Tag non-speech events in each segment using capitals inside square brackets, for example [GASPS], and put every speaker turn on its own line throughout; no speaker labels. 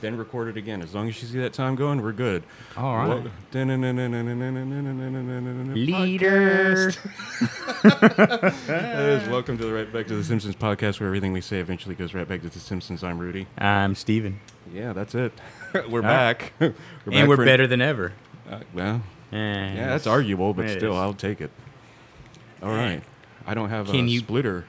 then record it again. As long as you see that time going, we're good.
All right.
Wel-
Leader.
[LAUGHS] Yes, Welcome to the Right Back to the Simpsons podcast, where everything we say eventually goes right back to the Simpsons. I'm Rudy.
I'm Steven.
Yeah, that's it. we're back. we're
And we're
for-
better than ever.
Uh, well, yeah,
Yeah,
that's arguable, but
It
still,
is.
I'll take it. All right. I don't have
Can
a
you-
splitter.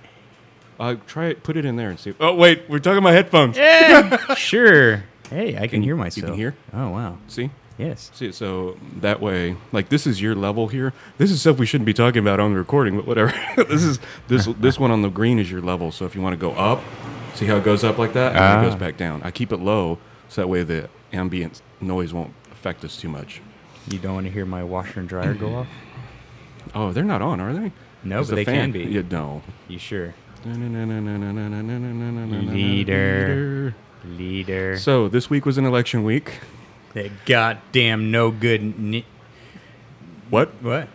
Uh, try it. Put it in there and see. Oh wait, we're talking about headphones.
Yeah, [LAUGHS] sure. Hey, I can, hear myself.
hear?
Oh, wow.
See.
Yes.
See, so that way, like this is your level here. This is stuff we shouldn't be talking about on the recording, but whatever. [LAUGHS] this is this this one on the green is your level. So if you want to go up, see how it goes up like that, and then it goes
Ah.
back down. I keep it low so that way the ambient noise won't affect us too much.
You don't want to hear my washer and dryer go
[LAUGHS]
off?
Oh, they're not on, are they?
No,
It's
but
the
they can be.
Yeah, no.
You sure?
Leader.
Leader.
So this week was an election week.
that goddamn no good. Ni-
What?
what?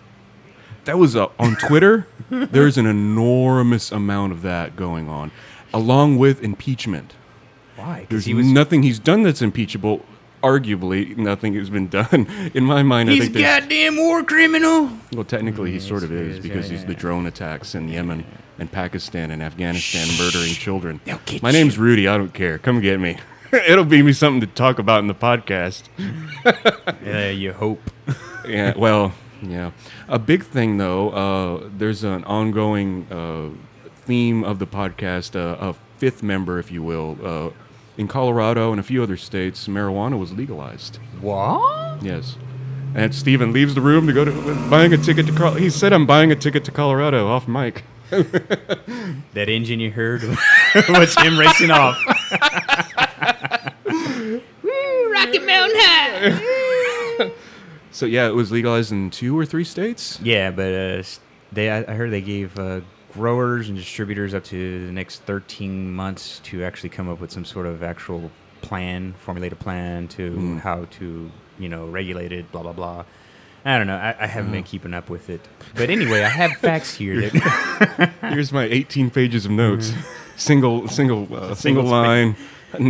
That was uh, on Twitter. there's an enormous amount of that going on, along with impeachment.
Why? Because
There's
he was.
nothing he's done that's impeachable. Arguably, nothing has been done. In my mind, I
he's
think there's-
goddamn war criminal.
well, technically, he sort of
he
is
is,
because
yeah,
he's
yeah,
the
yeah.
drone attacks in Yemen and Pakistan and Afghanistan, murdering children.
they'll get
My name's Rudy. I don't care. Come get me. [LAUGHS] It'll be me something to talk about in the podcast.
Uh, you hope.
[LAUGHS] yeah, well, yeah. A big thing though, uh, there's an ongoing uh, theme of the podcast, uh, a fifth member, if you will. Uh, in Colorado and a few other states, marijuana was legalized.
What?
Yes. And Steven leaves the room to go to buying a ticket to Col- He said, I'm buying a ticket to Colorado off mic.
That engine you heard [LAUGHS] was him racing off.
Rocky Mountain High.
So, yeah, it was legalized in two or three states.
Yeah, but uh, s- they I I heard they gave uh, growers and distributors up to the next 13 months to actually come up with some sort of actual plan, formulate a plan to how to you know regulate it, blah blah blah. I don't know. I, I haven't been keeping up with it, but anyway, I have facts here. That,
Here's my 18 pages of notes [LAUGHS] single, single, uh, single
Single span.
line,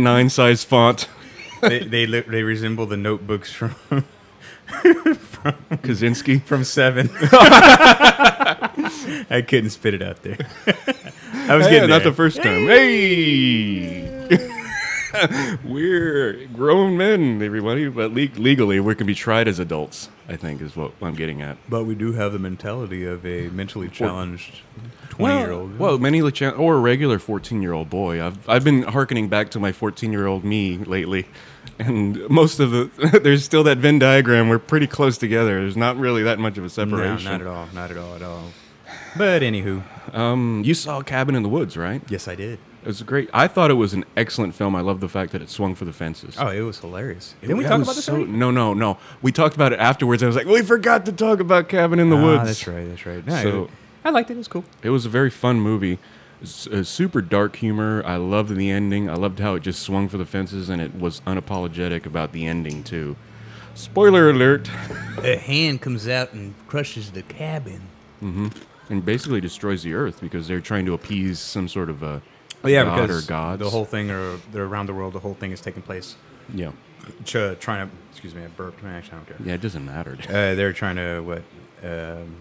nine size font.
[LAUGHS]
[LAUGHS]
they they, look, they resemble the notebooks from [LAUGHS]
Kaczynski.
from [LAUGHS] Seven. I couldn't spit it out there. [LAUGHS] I was
Hey,
getting
not
there.
the first time. Hey, [LAUGHS] we're grown men, everybody, but le- legally we can be tried as adults. I think is what I'm getting at.
But we do have the mentality of a mentally challenged
Well, well, many le- cha- or a regular 14 year old boy. I've I've been hearkening back to my 14 year old me lately, and most of the [LAUGHS] there's still that Venn diagram. We're pretty close together. There's not really that much of a
no,
separation.
not at all, not at all, at all. But anywho,
Um, you saw Cabin in the Woods, right?
yes, I did.
It was great. I thought it was an excellent film. I love the fact that it swung for the fences.
Oh, it was hilarious. Didn't we
That
talk
was
about this?
so-
already?
No, no, no. We talked about it afterwards. I was like, we forgot to talk about Cabin in the
Ah,
Woods.
that's right, that's right. No,
So-
it- I liked it. It was cool.
It was a very fun movie. S- uh, super dark humor. I loved the ending. I loved how it just swung for the fences and it was unapologetic about the ending, too. Spoiler alert. [LAUGHS]
A hand comes out and crushes the cabin.
And basically destroys the earth because they're trying to appease some sort of a
Oh yeah,
god
because
or gods.
the whole thing, or they're around the world. The whole thing is taking place.
yeah.
Ch- trying to, excuse me, I burped. Actually, I don't care.
Yeah, it doesn't matter.
[LAUGHS] Uh, they're trying to what um,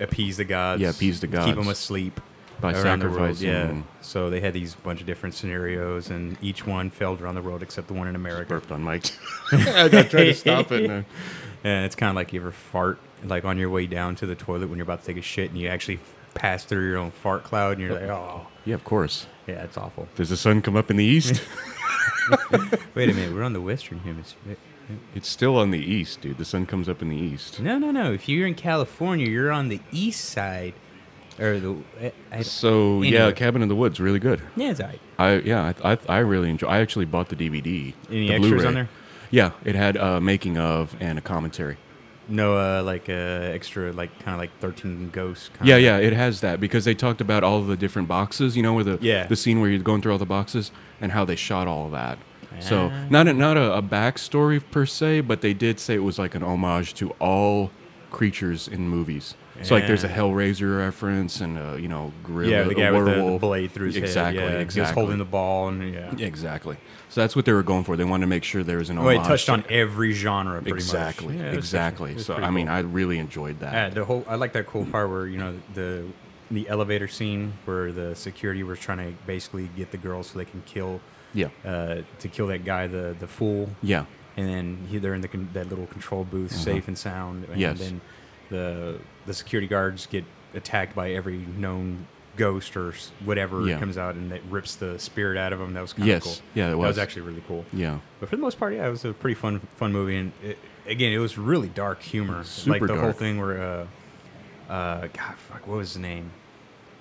appease the gods.
Yeah, appease the
Keep them
gods.
asleep
By
around the world,
sacrificing-
yeah. So they had these bunch of different scenarios, and each one failed around the world except the one in America.
Burped on Mike.
[LAUGHS]
I tried to stop it. and, uh,
And it's kind of like you ever fart like on your way down to the toilet when you're about to take a shit, and you actually pass through your own fart cloud, and you're like, oh,
[LAUGHS] yeah, of course.
yeah, it's awful.
Does the sun come up in the
[LAUGHS]
east?
Wait a minute, we're on the Western Hemisphere.
It's still on the east, dude. The sun comes up in the east.
No, no, no. If you're in California, you're on the east side, or the. I, I,
So yeah,
Anyway.
Cabin in the Woods, really good.
yeah, it's all right.
I yeah, I I, I really enjoy. I actually bought the DVD.
Any
the
extras
Blu-ray.
on there?
Yeah, it had uh, making of and a commentary.
No, uh, like uh, extra, like kind of like thirteen ghosts. Kinda.
Yeah, yeah, it has that because they talked about all the different boxes. You know, where the
Yeah.
the scene where you're going through all the boxes and how they shot all of that. So not a, not a, a backstory per se, but they did say it was like an homage to all creatures in movies. So like, there's a
Yeah.
Hellraiser reference, and uh, you know, gorilla,
Yeah, the guy with the, the
werewolf.
blade through his
exactly,
head. Yeah,
Exactly,
He was holding the ball, and yeah.
Exactly. So that's what they were going for. They wanted to make sure there was an.
Well, it
homage
touched
to-
on every genre, pretty
Oh, Exactly,
much. Yeah, it was-
exactly.
it was
So
pretty
I mean,
cool.
I really enjoyed that.
Yeah, the whole I like that cool part where you know the the elevator scene where the security was trying to basically get the girls so they can kill
yeah,
uh, to kill that guy the the fool
yeah,
and then he, they're in the con- that little control booth safe and sound and
Mm-hmm. Yes.
then the the security guards get attacked by every known ghost or s- whatever
Yeah.
comes out and that rips the spirit out of them that was kind of
Yes.
cool
Yeah, it
that
was.
was actually really cool
yeah.
but for the most part, yeah, it was a pretty fun, fun movie. And it, again, it was really dark humor,
Super
like the whole
dark.
thing where, uh, uh, God, fuck, what was his name?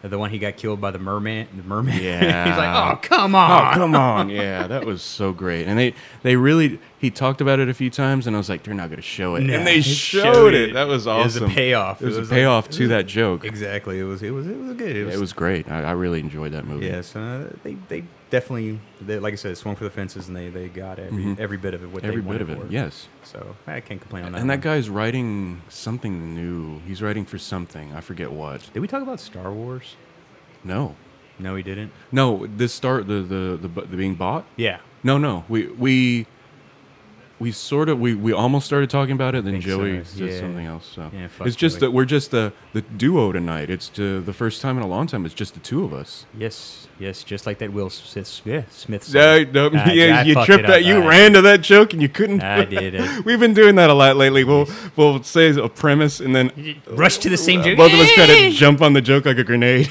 Uh, The one he got killed by the merman. The merman. [LAUGHS] He's
Yeah.
like, oh come
Oh
on.
come [LAUGHS] on! Yeah, that was so great, and they they really he talked about it a few times, and I was like, they're not gonna show it,
No,
and they
they
showed,
showed
it.
it.
That was
It was a
awesome.
payoff.
It was,
It was
a
like-
payoff to that joke.
Exactly. It was. It was. It was good. It was.
It was great. I, I really enjoyed that movie.
Yes. Uh, they. They definitely. They, like I said, swung for the fences, and they. They got every. Every bit of it. What
Mm-hmm. every
they
bit
wanted
of it. Uh-huh.
for
Yes.
So I can't complain on that.
And
one.
that guy's writing something new. He's writing for something. I forget what.
Did we talk about Star Wars?
No,
No, he didn't.
no. This start the the the, bu- the being bought.
Yeah.
No, no. We we we sort of we, we almost started talking about it. Then
think so,
Joey did
yeah.
something else. So
Yeah, fuck
it's just
Joey.
that we're just the the duo tonight. It's to the first time in a long time. It's just the two of us.
Yes, yes, just like that Will Smith. Yeah, Smith.
Yeah,
song. I- I
you
fucked
tripped
it up.
that. You
I-
ran to that joke and you couldn't.
I
[LAUGHS]
did. I
We've been doing that a lot lately. We'll we'll say a premise and then uh,
rushed to the same joke.
both of us try to jump on the joke like a grenade.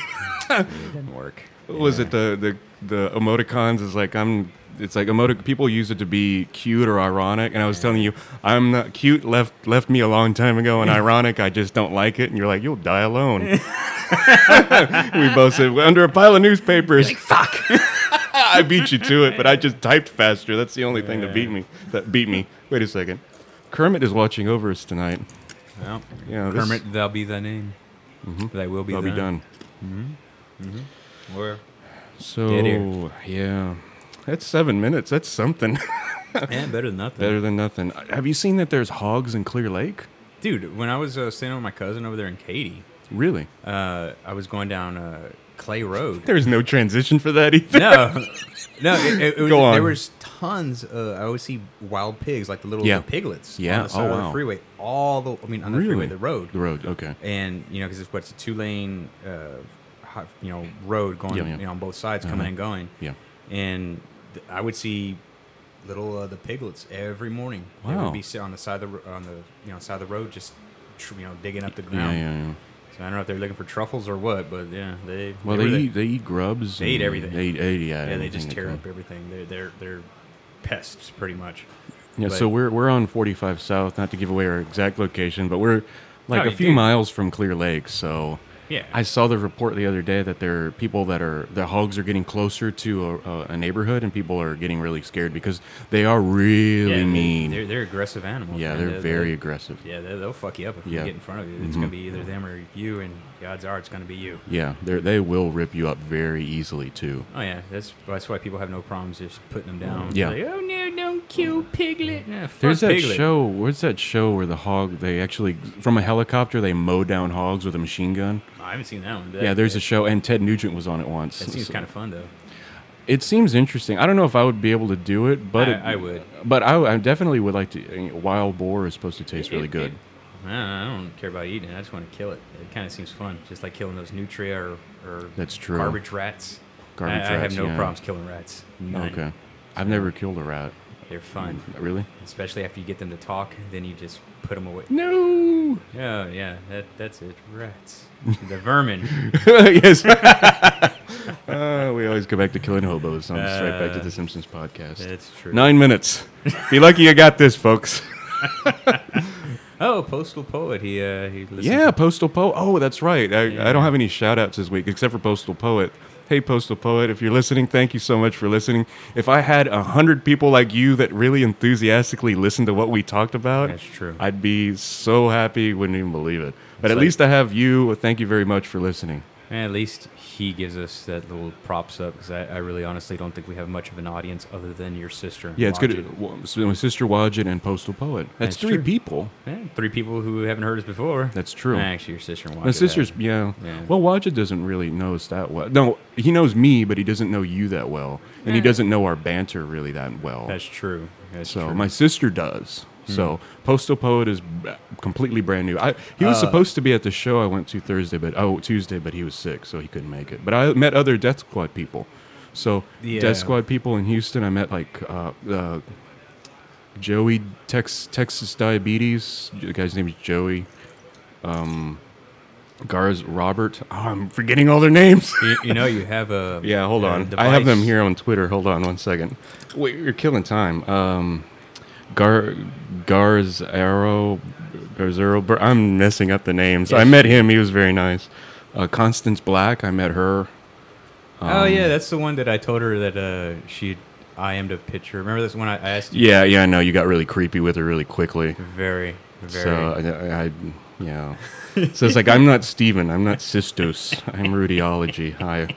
didn't work.
What was it the the the emoticons is like I'm it's like emotic people use it to be cute or ironic and I was telling you I'm not cute left left me a long time ago and ironic I just don't like it and you're like you'll die alone.
[LAUGHS]
[LAUGHS] we both said "Well, under a pile of newspapers. fuck. [LAUGHS] I beat you to it, but I just typed faster. That's the only thing that beat me. That beat me. Wait a second. Kermit is watching over us tonight.
Well,
Yeah, this-
Kermit, thou be thy name. Thy will be.
I'll Mm-hmm. be done.
Where? Dead
So
air.
yeah, that's seven minutes. That's something. [LAUGHS]
And better than nothing.
Better than nothing. Uh, Have you seen that there's hogs in Clear Lake?
Dude, when I was uh, staying with my cousin over there in Katy,
Really?
uh, I was going down uh, Clay Road.
There's no transition for that either.
no, no. It, it, it was,
Go on.
There was tons. Of, I always see wild pigs, like the little
Yeah.
piglets.
Yeah,
On the
oh,
side of
wow.
the freeway, all the. I mean, on the freeway, the road.
The road, okay.
and you know because it's what's a two lane uh, hi- you know road going
Yeah, yeah. Uh-huh.
You know, on both sides coming and going
Yeah.
and th- i would see little uh, the piglets every morning they
Wow.
would be sit on the side of the ro- on the you know side of the road just tr- you know digging up the
Yeah,
ground
yeah, yeah.
so i don't know if they're looking for truffles or what but yeah they
Well,
they
they,
were there.
eat they eat grubs.
They eat
and
everything.
They eat, eh, yeah,
yeah they
everything
just
they
tear
can.
up everything they're they're they're pests pretty much
Yeah,
but-
so we're we're on 45 South. Not to give away our exact location, but we're like
Oh,
a
you
few
do.
miles from Clear Lake. So
Yeah.
I saw the report the other day that there are people that are the hogs are getting closer to a, a neighborhood, and people are getting really scared because they are really
yeah, they-
mean.
they're, they're aggressive animals
yeah,
man.
they're very aggressive.
yeah, they- they'll fuck you up
Yeah.
if
Mm-hmm.
you get in front of you. It's gonna be either them or you, and odds are it's gonna be you.
Yeah, they they will rip you up very easily too.
Oh yeah, that's that's why people have no problems just putting them down.
Yeah.
Like, oh no, don't kill piglet. Nah, fuck
There's that
piglet.
show. Where's that show where the hog they actually from a helicopter they mow down hogs with a machine gun?
I haven't seen that one.
Yeah, there's a show, and Ted Nugent was on it once.
That seems
So-
kind of fun though.
It seems interesting. I don't know if I would be able to do it, but
I-
it,
I would.
But I, I definitely would like to. I mean, Wild boar is supposed to taste really
It-
good.
it- I, don't, know, I don't care about eating. it. I just want to kill it. It kind of seems fun, just like killing those nutria or, or
That's true.
garbage rats.
Garbage
I, I have
rats,
no
yeah.
problems killing rats. None.
okay, I've never killed a rat.
they're fun,
Really?
especially after you get them to talk. Then you just put
[LAUGHS]
them away.
No.
Yeah, yeah, that that's it. Rats, the vermin.
[LAUGHS]
[LAUGHS]
yes. Uh, we always go back to killing hobos. So I'm just right back to the Simpsons podcast.
That's true.
Nine minutes. Be lucky you got this,
[LAUGHS]
folks.
Oh, postal poet. He uh, he listens
Yeah, Postal Poet. Oh, that's right. I, I don't have any shout outs this week except for Postal Poet. Hey, Postal Poet, if you're listening, thank you so much for listening. If I had a 100 people like you that really enthusiastically listened to what we talked about,
That's true.
I'd be so happy, wouldn't even believe it. But
It's
at
like-
least I have you. Thank you very much for listening.
And at least he gives us that little props up because I, I really honestly don't think we have much of an audience other than your sister.
Yeah, it's
watching.
good. Well, so My sister Wajet and Postal Poet. That's,
That's
three
true.
people.
Yeah, three people who haven't heard us before.
That's true.
Actually, your sister.
My sister's yeah.
Yeah.
Well, Wajet doesn't really know us that well. No, he knows me, but he doesn't know you that well, and he
Eh.
doesn't know our banter really that well.
That's true. That's
so
true. Hmm.
my sister does. So Postal Poet is b- completely brand new. I, he was
Uh,
supposed to be at the show I went to Thursday, but oh Tuesday, but he was sick, so he couldn't make it. But I met other Death Squad people. So
Yeah.
Death Squad people in Houston, I met like uh, uh, Joey Tex, Texas Diabetes. The guy's name is Joey. Um, Garz Robert. Oh, I'm forgetting all their names. [LAUGHS]
you, you know, you have a
Yeah, hold
a
on. I have them
device.
here on Twitter. Hold on one second. Wait, you're killing time. Um, Gar Garz Arrow Garzero. Bur- I'm messing up the names. I
Yes.
met him. He was very nice. Uh, Constance Black. I met her.
oh
Um,
yeah, that's the one that I told her that uh, she IM'd a picture. Remember this one I I asked you?
Yeah, yeah. I know you got really creepy with her really quickly.
Very, very.
So uh, I, I yeah. so it's like I'm not Steven. I'm not Sistos. I'm Rudiology.
[LAUGHS]
Hi.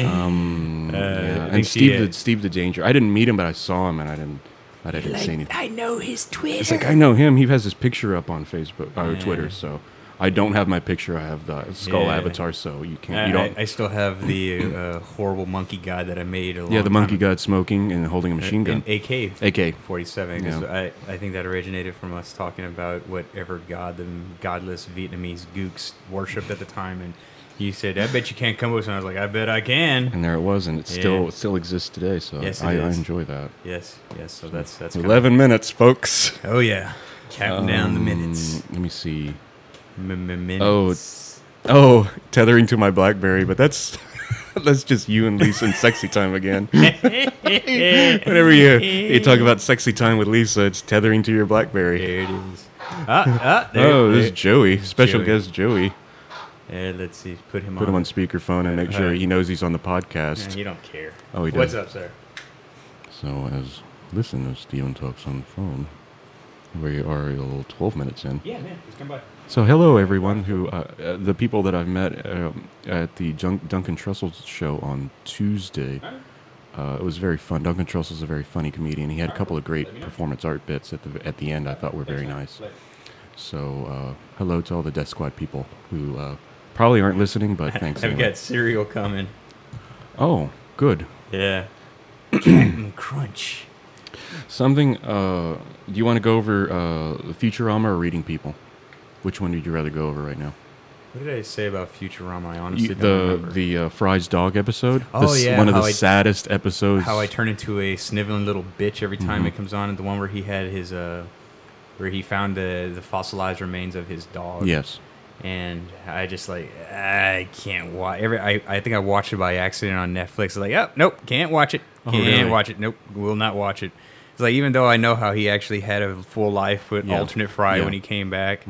Um,
Uh,
yeah.
I
And
think she,
Steve
uh,
the Steve the Danger. I didn't meet him, but I saw him, and I didn't. I didn't say anything.
I know his Twitter.
It's like I know him. He has his picture up on Facebook or
Yeah.
Twitter. So I don't have my picture. I have the skull
Yeah.
avatar. So you can't.
I,
you don't.
I, I still have the uh, horrible monkey guy that I made. A
yeah,
long
the monkey
time
god smoking and holding a machine gun.
An AK.
AK.
47
Yeah.
because I, I think that originated from us talking about whatever god the godless Vietnamese gooks worshipped at the time and you said I bet you can't come with us and I was like I bet I can
And there it was, and it still it still exists today. So
Yes, it
I, I
is.
enjoy that.
yes yes so that's that's kinda-
Eleven minutes, folks.
oh yeah counting down the
Um,
minutes
Let me see.
M-m-minutes.
Oh,
[LAUGHS]
Oh, tethering to my BlackBerry, but that's [LAUGHS] that's just you and Lisa and sexy time again.
[LAUGHS]
Whenever you you talk about sexy time with Lisa, it's tethering to your BlackBerry.
there it is ah, ah, there,
Oh, this is
there,
Joey, special
Joey.
guest Joey.
There, Uh, let's see put him
Put
on
him on speakerphone and make sure
Alright.
he knows he's on the
Yeah,
podcast.
you don't care
Oh, he
what's
does.
up sir
So as listen as Steven talks on the phone, we are a little twelve minutes in.
yeah man just come by
So hello everyone who uh, uh, the people that I've met um, at the Junk- Duncan Trussell's show on Tuesday. Uh, it was very fun. Duncan Trussell's a very funny comedian. He had a couple of great performance art bits at the at the end. I thought were very nice. So uh, hello to all the Death Squad people who uh, probably aren't listening, but thanks.
I've
anyway.
got cereal coming
Oh, good.
yeah Captain crunch
Something. Uh, do you want to go over uh, Futurama or Reading People? Which one would you rather go over right now?
What did I say about Futurama? I honestly
You,
don't
the
remember.
the uh, Fry's dog episode. The
Oh,
s-
yeah,
one of the
how I-
saddest episodes.
how I turn into a sniveling little bitch every
Mm-hmm.
time it comes on, and the one where he had his uh, where he found the the fossilized remains of his dog.
yes.
And I just like I can't watch every. I, I think I watched it by accident on Netflix. Like oh nope, can't watch it.
Oh,
Can't
really?
watch it. Nope, will not watch it. It's like even though I know how he actually had a full life with
Yeah.
alternate Fry
Yeah. Mm-hmm.
when he came back.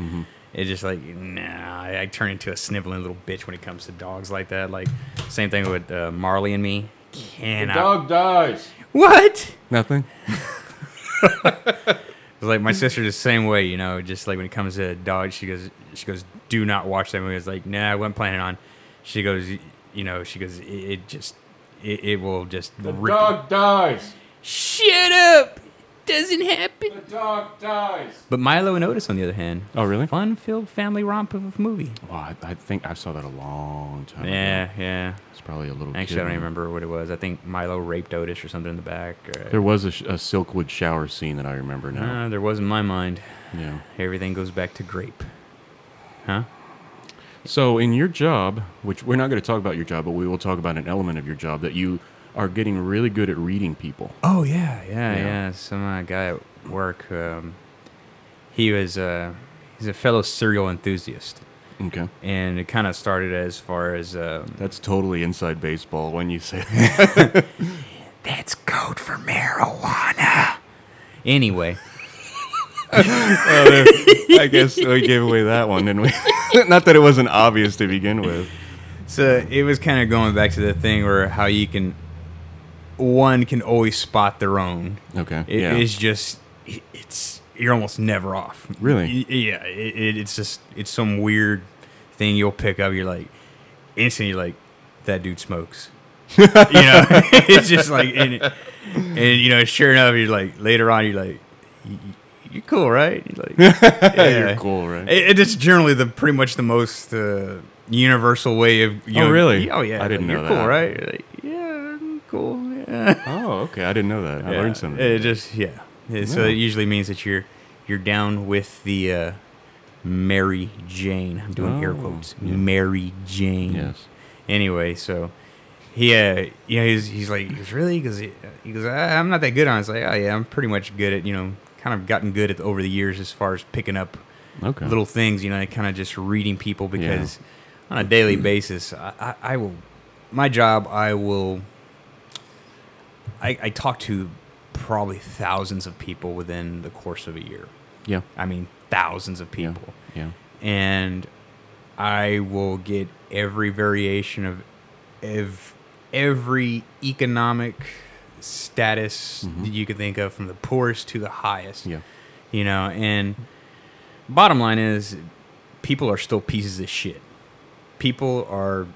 It's just like nah. I, I turn into a sniveling little bitch when it comes to dogs like that. Like same thing with uh, Marley and me. Cannot.
dies.
What?
Nothing.
It's like my sister the same way, you know, just like when it comes to dogs, she goes she goes, Do not watch that movie. It's like, nah, I wasn't planning on. She goes you know, she goes, it, it just it, it will just rip
dies.
Shut up! Doesn't happen.
The dog dies.
But Milo and Otis on the other hand.
Oh, really?
Fun filled family romp of a movie.
Oh, I, I think I saw that a long time. ago.
Yeah, yeah.
It's probably a little.
Actually,
kid
I don't
one.
even remember what it was. I think Milo raped Otis or something in the back.
There
Or,
was a, sh- a Silkwood shower scene that I remember now.
uh, there was in my mind.
yeah.
Everything goes back to grape. Huh?
So in your job, which we're not going to talk about your job, but we will talk about an element of your job that you are getting really good at reading people.
Oh yeah, yeah,
Yeah.
yeah. Some uh, guy at work, um, he was uh, he's a fellow serial enthusiast,
Okay.
and it kind of started as far as um,
That's totally inside baseball when you [LAUGHS] say that.
that's code for marijuana. Anyway,
I guess we gave away that one, didn't we? [LAUGHS] Not that it wasn't obvious to begin with.
so it was kind of going back to the thing where how you can one can always spot their own.
Okay.
It is
yeah.
just it- it's you're almost never off.
Really?
Y- Yeah. It, it, it's just it's some weird thing you'll pick up. You're like, instantly like that
[LAUGHS]
dude smokes. you know, [LAUGHS] it's just like and, and you know, sure enough, you're like later on, you're like, "You- you- you're cool, right? You're like,
[LAUGHS]
yeah.
You're cool, right?
It, it's generally the pretty much the most uh, universal way of. You
Oh,
know,
really?
Oh yeah.
I didn't
like,
know
you're
that.
Cool, right? You're like, yeah, I'm cool. Yeah.
oh, okay. I didn't know that. I
Yeah,
learned something.
It just yeah. Yeah, So
Yeah.
it usually means that you're you're down with the uh, Mary Jane. I'm doing air
Oh,
quotes.
yeah.
Mary Jane.
Yes.
Anyway, so he uh, you know he's he's like he's really because he, he goes I, I'm not that good on. it." It's like oh yeah I'm pretty much good at you know kind of gotten good at over the years as far as picking up
Okay.
little things, you know, kind of just reading people because on a daily
Mm.
basis, I, I, I will, my job, I will, I, I talk to probably thousands of people within the course of a year.
Yeah.
I mean, thousands of
Yeah.
people.
Yeah.
And I will get every variation of ev- every economic status that you could think of from the poorest to the highest
Mm-hmm. Yeah.
you know and bottom line is people are still pieces of shit people are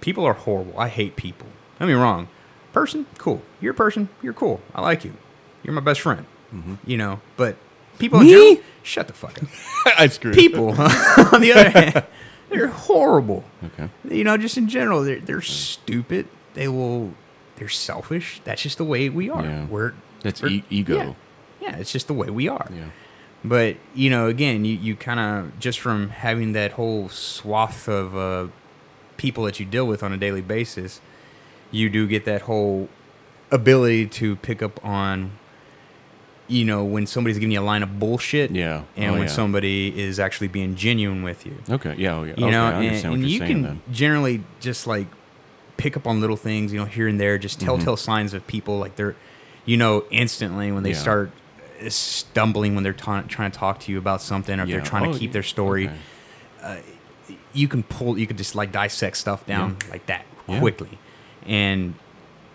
people are horrible i hate people don't get me wrong person cool you're a person you're cool i like you you're my best friend
Mm-hmm.
you know but people in
Me?
general shut the fuck up
[LAUGHS] I screwed.
people [LAUGHS] on the other hand they're horrible
Okay.
you know just in general they're, they're stupid they will they're selfish that's just the way we are
Yeah.
we're
That's
we're-
e- ego.
yeah. yeah it's just the way we are
Yeah.
but you know, again, you, you kind of just from having that whole swath of uh, people that you deal with on a daily basis, you do get that whole ability to pick up on, you know, when somebody's giving you a line of bullshit,
Yeah.
and
Oh,
when
yeah.
somebody is actually being genuine with you,
Okay. Yeah. Oh, yeah.
you
okay.
know,
I
and,
understand
and
what
you
you're saying
can
then.
generally just like pick up on little things, you know, here and there, just
Mm-hmm.
telltale signs of people like they're, you know, instantly when they
Yeah.
start stumbling when they're ta- trying to talk to you about something or if
Yeah.
they're trying
Oh,
to keep
yeah.
their story.
Okay.
You can pull, you could just like dissect stuff down like that
Yeah.
quickly, and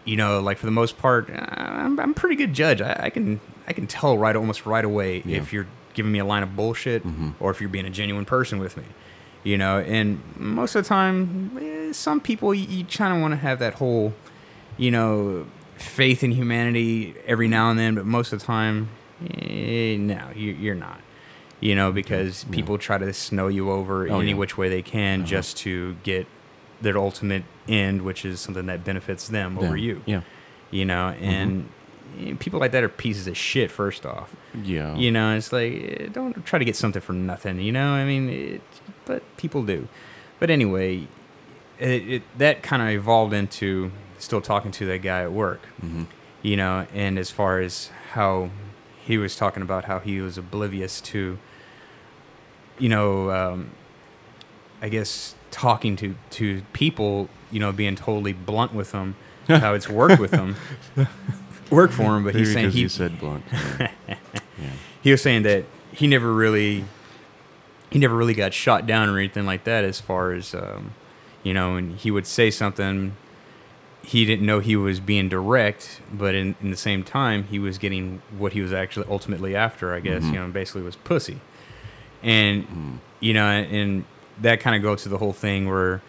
you know, like for the most part, uh, I'm, I'm a pretty good judge. I, I can I can tell right almost right away
Yeah. Mm-hmm.
if you're giving me a line of bullshit or if you're being a genuine person with me. You know, and most of the time, eh, some people you, you kind of want to have that whole, you know, faith in humanity every now and then, but most of the time, eh, no, you, you're not. You know, because people try to snow you Uh-huh. over
Oh,
any
yeah.
which way they can just to get their ultimate end, which is something that benefits them Mm-hmm. over
Yeah.
you.
Yeah.
You know, and eh, people like that are pieces of shit, first off.
Yeah.
You know, it's like, eh, don't try to get something for nothing, you know? I mean, it, but people do. But anyway, it, it, that kind of evolved into still talking to that guy at work,
Mm-hmm.
you know, and as far as how he was talking about how he was oblivious to, you know, um, I guess talking to, to people, you know, being totally blunt with them, how it's worked with them, worked for him, but
Maybe
he's saying
because
he,
you said [LAUGHS] blunt. Yeah. yeah.
he was saying that he never really he never really got shot down or anything like that as far as um, you know and he would say something he didn't know he was being direct but in, in the same time he was getting what he was actually ultimately after i guess you know basically was pussy and you know and that kind of goes to the whole thing where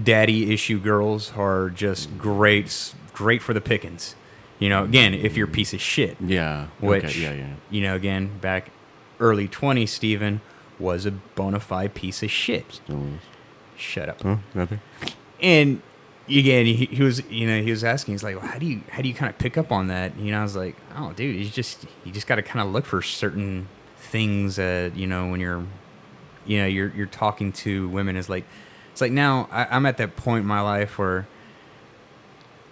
daddy issue girls are just great great for the pickings you know again if you're a piece of shit
Yeah.
which
okay. Yeah. Yeah.
you know again back early 20s Steven was a bona fide piece of shit
Still is.
shut up
Huh? Nothing.
and again he, he was you know he was asking he's like well, how do you how do you kind of pick up on that you know i was like oh dude you just you just got to kind of look for certain things uh you know when you're you know you're you're talking to women is like it's like now I, i'm at that point in my life where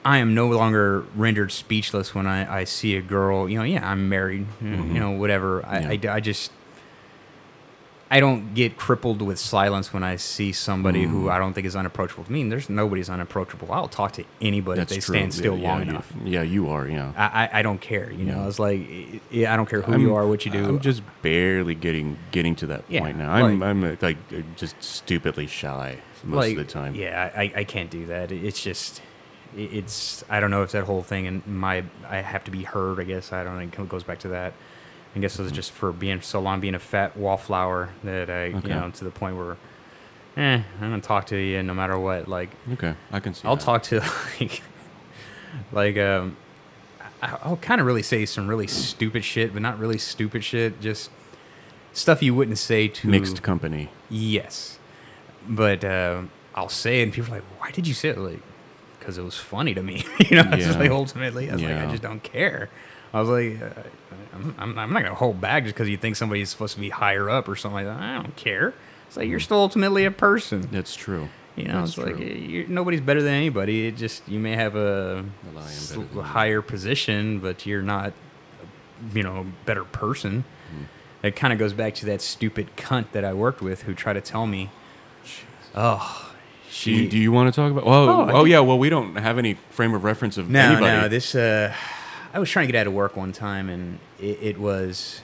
I am no longer rendered speechless when I, I see a girl. You know, yeah, I'm married. You know,
Mm-hmm.
you know, whatever. I, I d- I just I don't get crippled with silence when I see somebody who
Mm.
I don't think is unapproachable. I mean, there's nobody's unapproachable. I'll talk to anybody
That's
if they
true.
stand
Yeah,
still
yeah,
long
you-
enough.
Yeah. You are. Yeah.
I, I I don't care. You know,
Yeah.
it's like yeah, I don't care who you are, what you do.
I'm just barely getting getting to that
Yeah,
point now. I'm
like-
I'm uh, like uh, just stupidly shy most
like,
of the time.
Yeah, I, I can't do that. It- It's just, it- it's, I don't know if that whole thing and my, I have to be heard, I guess. I don't know. It kinda goes back to that. I
Mm-hmm.
guess it was just for being so long, being a fat wallflower that I,
Okay.
you know, to the point where eh, I'm gonna talk to you no matter what. Like
Okay, I can see.
I'll
that.
talk to [LAUGHS] like, like um, I, I'll kind of really say some really stupid shit, but not really stupid shit. Just stuff you wouldn't say to
mixed company.
Yes, but um, I'll say it, and people are like, "Why did you say it?" Like, because it was funny to me. [LAUGHS] you know, it's
Yeah.
just like ultimately, I was like,
Yeah.
I just don't care. I was like, uh, I'm, I'm, I'm not gonna hold back just because you think somebody's supposed to be higher up or something like that. I don't care. It's like you're
Mm.
still ultimately a person.
That's true.
You know,
That's
it's like
true.
uh, you're, nobody's better than anybody. It just you may have a
Well, I am
sl-
better than you.
higher position, but you're not, you know, a better person.
Hmm.
It kind of goes back to that stupid cunt that I worked with who tried to tell me,
Do
oh, she.
you, do you want to talk about? Well,
Oh,
oh,
I
yeah. Well, we don't have any frame of reference of
no,
anybody.
no, this. Uh, I was trying to get out of work one time, and it, it was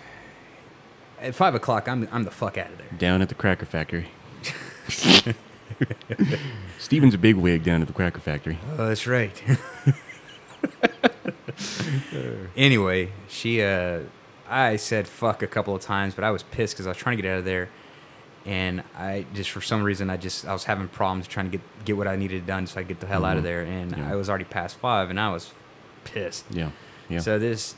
at five o'clock. I'm I'm the fuck out of there.
down at the Cracker Factory. [LAUGHS] Steven's a big wig down at the Cracker Factory.
Oh, that's right. [LAUGHS] anyway, she, uh, I said fuck a couple of times, but I was pissed because I was trying to get out of there. And I just, for some reason, I just, I was having problems trying to get, get what I needed done so I could get the hell out of there. And
Yeah.
I was already past five and I was pissed.
Yeah, yeah.
So this,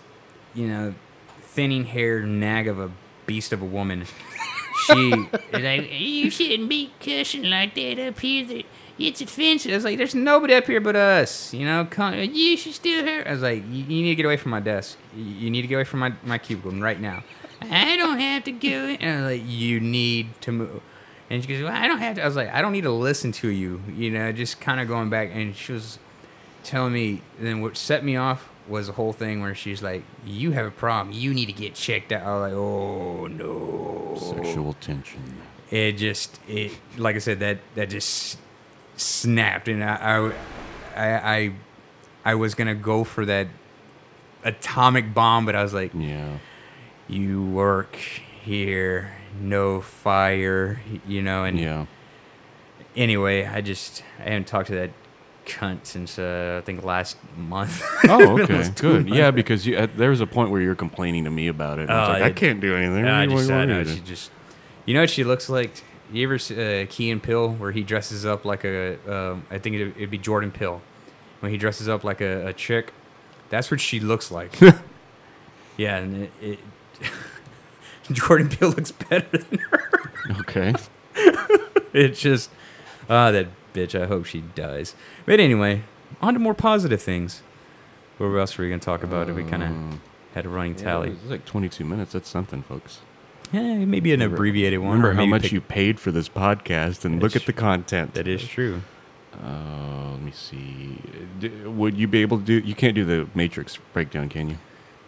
you know, thinning haired nag of a beast of a woman, she,
It's like, you shouldn't be cussing like that up here. That it's
I
offensive.
was like, there's nobody up here but us. You know, come, you should still hear. I was like, you, you need to get away from my desk. You, you need to get away from my, my cubicle right now.
I don't have to go in.
And I was like, you need to move. And she goes, well, I don't have to. I was like, I don't need to listen to you. You know, just kind of going back. And she was telling me, then what set me off was the whole thing where she's like, you have a problem. You need to get checked out. I was like, oh, no
Sexual tension.
it just it like I said that that just snapped and I I I, I, I was gonna go for that atomic bomb, but I was like,
Yeah.
you work here, no fire, you know. And [LAUGHS]
Yeah.
anyway, I just I haven't talked to that cunt since uh, I think last month. [LAUGHS]
Oh,
It was
okay.
two
Good.
months.
Yeah, because you, at, there was a point where you're complaining to me about it. and I was
Oh,
like,
I
I
did-
can't do anything.
Yeah, I
What do
just
you
said,
want me
no,
to
she
do?
just, you know what she looks like? You ever see uh, Key and Pill where he dresses up like a, um, I think it'd, it'd be Jordan Pill, when he dresses up like a, a chick. That's what she looks like. [LAUGHS] yeah, and it, it [LAUGHS] Jordan Pill looks better than her.
[LAUGHS] Okay.
It's just, ah, that bitch. I hope she dies. But anyway, on to more positive things. What else were we gonna talk about? if we kind of
Um,
had a running
Yeah,
tally.
it's like 22 minutes. That's something, folks.
Yeah, maybe an abbreviated one.
Remember
or
how
maybe
much
pick-
you paid for this podcast and look
That's
at the content.
That is true.
Uh, let me see. D- would you be able to do? You can't do the Matrix breakdown, can you?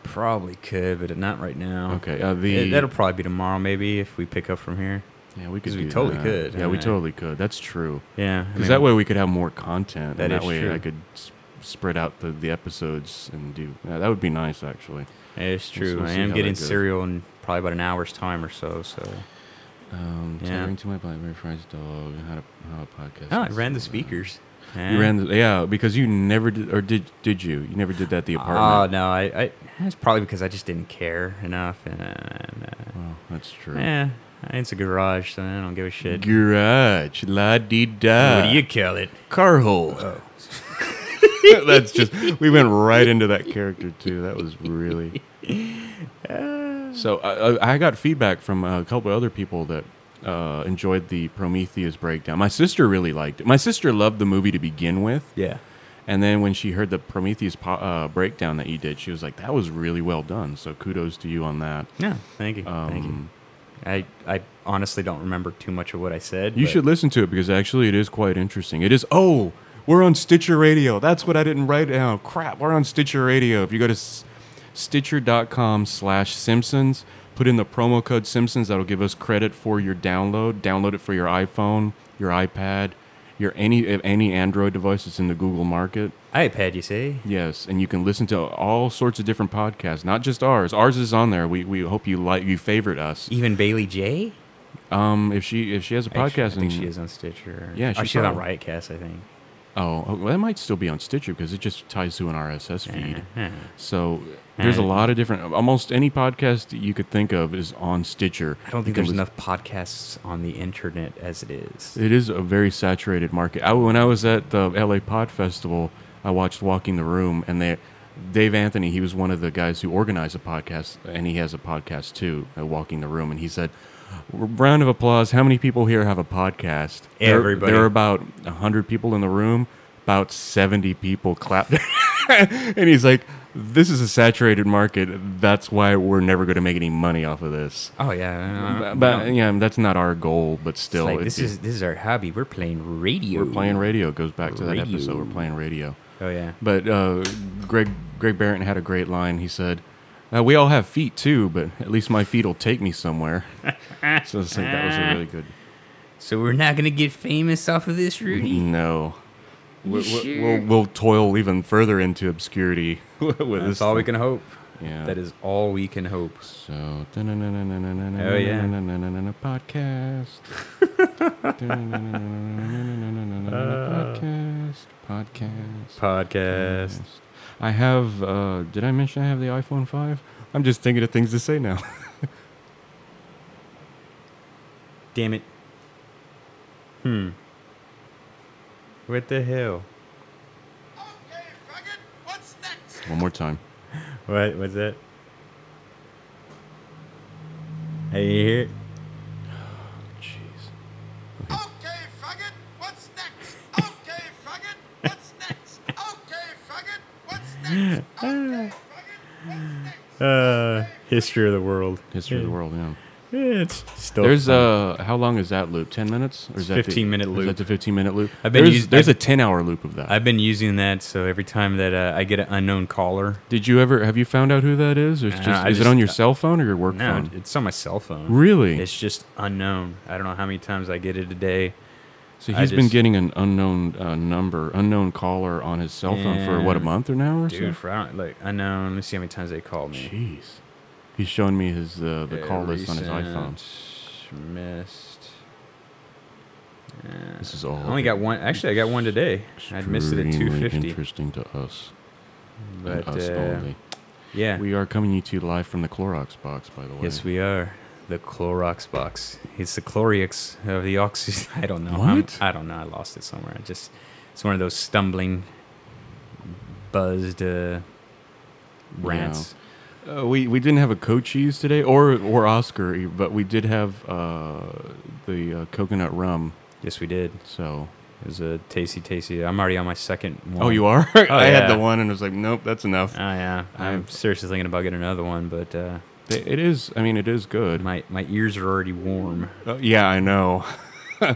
Probably could, but not right now.
Okay. Uh, the
It, that'll probably be tomorrow, maybe, if we pick up from here.
yeah, we could.
'cause we
do
totally
that.
could,
Yeah, we
right?
totally could. That's true.
Yeah. I
Because
mean,
that way we could have more content.
That
and that
is
way
true.
I could s- spread out the, the episodes and do. Yeah, that would be nice, actually.
It's true.
we'll
I
see
am
how
getting
that goes.
cereal in probably about an hour's time or so. So.
Um,
Yeah.
Tethering to my Blackberry Fries dog. How to how a podcast.
Oh, I
is
ran the
sold out.
speakers.
You ran the yeah because you never did or did did you? You never did that at the
Oh
apartment.
no, I, I that's probably because I just didn't care enough, and uh,
well, Oh, that's true.
yeah, it's a garage, so I don't give a shit.
Garage la di da.
what do you call it?
car hole? Oh. [LAUGHS] that's just we went right into that character too. That was really. So I, I- I got feedback from a couple of other people that uh, enjoyed the Prometheus breakdown. My sister really liked it. My sister loved the movie to begin with,
Yeah.
and then when she heard the Prometheus po- uh, breakdown that you did, she was like, "That was really well done." So kudos to you on that.
No, thank you, thank you.
Um,
I, I honestly don't remember too much of what I said.
You
but-
should listen to it because actually it is quite interesting. It is oh, we're on Stitcher Radio. That's what I didn't write down. Crap, we're on Stitcher Radio. If you go to s- stitcher.com slash Simpsons, put in the promo code Simpsons, that'll give us credit for your download. Download it for your iPhone, your iPad, your any any Android device that's in the Google market.
iPad, you say?
Yes, and you can listen to all sorts of different podcasts, not just ours. Ours is on there. We, we hope you like you favorite us.
Even Bailey J?
Um if she if she has a podcast
I think
and-
she is on Stitcher.
Yeah,
Oh,
she's
she's on
probably-
Riotcast, I think.
Oh, oh, well, that might still be on Stitcher because it just ties to an RSS feed.
Uh-huh.
So there's a
Uh,
lot of different. Almost any podcast that you could think of is on Stitcher.
I don't
You
think
can listen-
there's enough podcasts on the internet as it is.
It is a very saturated market. I, when I was at the LA Pod Festival, I watched Walking the Room, and they, Dave Anthony, he was one of the guys who organized a podcast, and he has a podcast too, uh, Walking the Room, and he said, "Round of applause! How many people here have a podcast?" There-
Everybody.
There, were about hundred people in the room. About seventy people clapped, [LAUGHS] and he's like, "This is a saturated market. That's why we're never going to make any money off of this."
Oh yeah,
But, but, yeah, that's not our goal. But still,
like
it-
this
it-
is this is our hobby. We're playing radio.
we're playing radio. It Goes back to that
Radio.
episode. We're playing radio.
Oh yeah.
But uh, Greg Greg Barrett had a great line. He said, uh, "We all have feet too, but at least my feet will take me somewhere." so I think that was a really good.
So we're not gonna get famous off of this, Rudy.
No, we, we,
sure?
we'll, we'll toil even further into obscurity with this.
That's all we can hope.
Yeah.
That is all we can hope.
So, oh
Oh, yeah.
yeah, podcast, podcast, podcast.
Podcast.
I have. Uh, did I mention I have the iPhone five? I'm just thinking of things to say now.
Damn it. Hmm. What the hell?
Okay, faggot, what's
[LAUGHS]
next?
One more time.
What was that? Hey, you hear? it?
Jeez.
Okay, faggot, what's next? Okay, faggot, what's next? Okay, faggot, what's next? Okay, faggot, what's next?
Uh, history of the world.
History of the world. Yeah.
Yeah, it's still.
There's
fun.
uh, how long is that loop? Ten minutes? Or is
It's
that the-
15 minute
Is that
loop.
the fifteen minute loop?
I've been
there's
using-
there's
I've-
a ten hour loop of that.
I've been using that, so every time that uh, I get an unknown caller,
Did you ever? Have you found out who that is? Or it's
No,
just,
Uh, I
is it
just-
on your cell phone or your work
no,
phone?
it's on my cell phone.
Really?
It's just unknown. I don't know how many times I get it a day.
so
I
he's been
just-
getting an unknown uh, number, unknown caller on his cell phone for what a
Yeah.
month or now or
Dude,
so.
for, I don't, like unknown. Let me see how many times they call me.
Jeez. He's showing me his uh, the call list on his iPhone.
Recent, Missed. Uh,
This is all.
I only got one. Actually, I got one today. I missed it at
extremely
250.
Interesting to us. and
But
us
uh,
only.
yeah,
We are coming to you live from the Clorox box, by the way.
yes, we are the Clorox box. It's the Cloriox of the oxy. [LAUGHS] I don't know.
What?
I'm, I don't know. I lost it somewhere. I just it's one of those stumbling, buzzed uh, rants.
Uh, we we didn't have a Cochise today, or or Oscar, e, but we did have uh, the uh, coconut rum.
Yes, we did.
So.
It was a tasty, tasty. I'm already on my second one.
Oh, you are. [LAUGHS] I had
yeah.
the one, and I was like, nope, that's enough.
Oh yeah, I'm
I've-
seriously thinking about getting another one, but uh,
It- it is. I mean, it is good.
my my ears are already warm.
Uh, yeah, I know. [LAUGHS]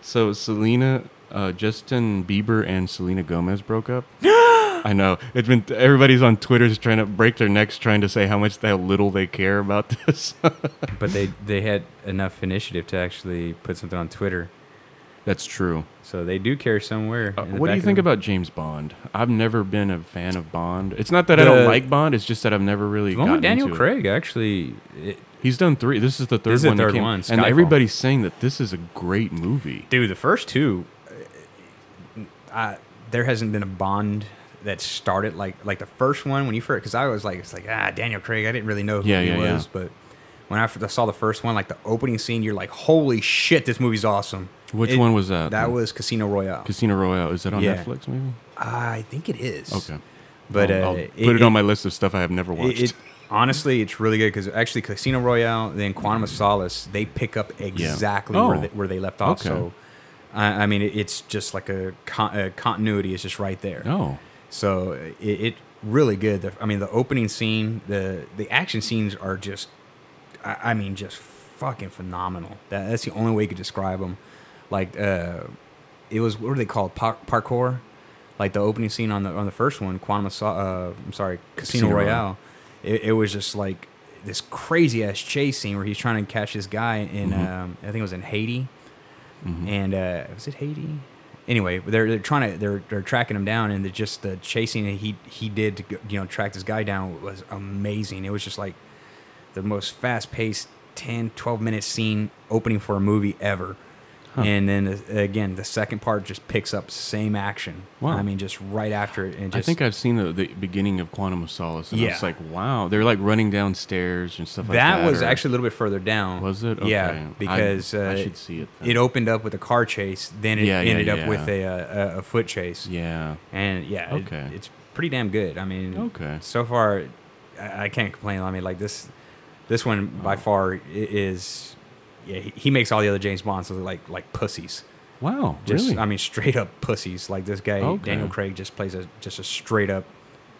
so Selena, uh, Justin Bieber, and Selena Gomez broke [GASPS] up. I know. It's been everybody's on Twitter's trying to break their necks trying to say how much how little they care about [LAUGHS] this.
But they they had enough initiative to actually put something on Twitter,
That's true.
so they do care somewhere.
Uh,
in the
what do
back
you
of
think
them.
about James Bond? I've never been a fan of Bond. It's not that I
The-
don't like Bond. It's just that I've never really.
the one with
gotten
Daniel
into it.
Craig? Actually, it,
He's done three. This is the third
This is the
one. that
third
came-
one,
and
Skyfall.
everybody's saying that this is a great movie.
dude, the first two, uh, I, there hasn't been a Bond that started like like the first one when you first because I was like it's like ah Daniel Craig I didn't really know who
Yeah,
he
yeah, yeah.
was but when I f- saw the first one like the opening scene you're like holy shit this movie's awesome
Which
It-
one was that?
that was Casino Royale
Casino Royale. Is that on
Yeah.
Netflix? Maybe.
I think it is
Okay.
but
I'll-
uh,
I'll put it on my list of stuff I have never watched.
It, it- honestly, it's really good because actually, Casino Royale, then Quantum of Solace, they pick up exactly where,
Oh.
they, where they left off.
Okay.
So, I, I mean, it, it's just like a, con- a continuity is just right there.
oh,
So it, it really good. The, I mean, the opening scene, the the action scenes are just, I, I mean, just fucking phenomenal. That, that's the only way you could describe them. Like, uh, it was what do they call it? Par- parkour? Like the opening scene on the on the first one, Quantum of Sol- uh, I'm sorry, Casino,
Casino
Royale.
Royale.
It, it was just like this crazy ass chase scene where he's trying to catch this guy in um, I think it was in Haiti and uh, was it Haiti? Anyway, they're, they're trying to they're they're tracking him down, and they're just the chasing that he he did to go, you know track this guy down was amazing. It was just like the most fast paced 10, 12 minute scene opening for a movie ever. And then uh, again, the second part just picks up same action.
Wow.
I mean, just right after it, and just
I think I've seen the, the beginning of Quantum of Solace, and
Yeah.
it's like, wow, they're like running downstairs and stuff like that.
that was
or-
actually a little bit further down.
Was it? Okay.
Yeah,
I-
because
I
uh,
should see it then.
It opened up with a car chase, then it
Yeah, yeah,
ended up with
yeah.
a, uh, a a foot chase,
Yeah.
and yeah, it-
Okay.
it's pretty damn good. I mean,
Okay.
so far, I, I can't complain. I mean, like this, this one by
Oh.
far i- is. Yeah, he, he makes all the other James Bonds look like like pussies.
Wow.
Just,
really?
I mean, straight up pussies. Like this guy,
Okay.
Daniel Craig, just plays a just a straight up,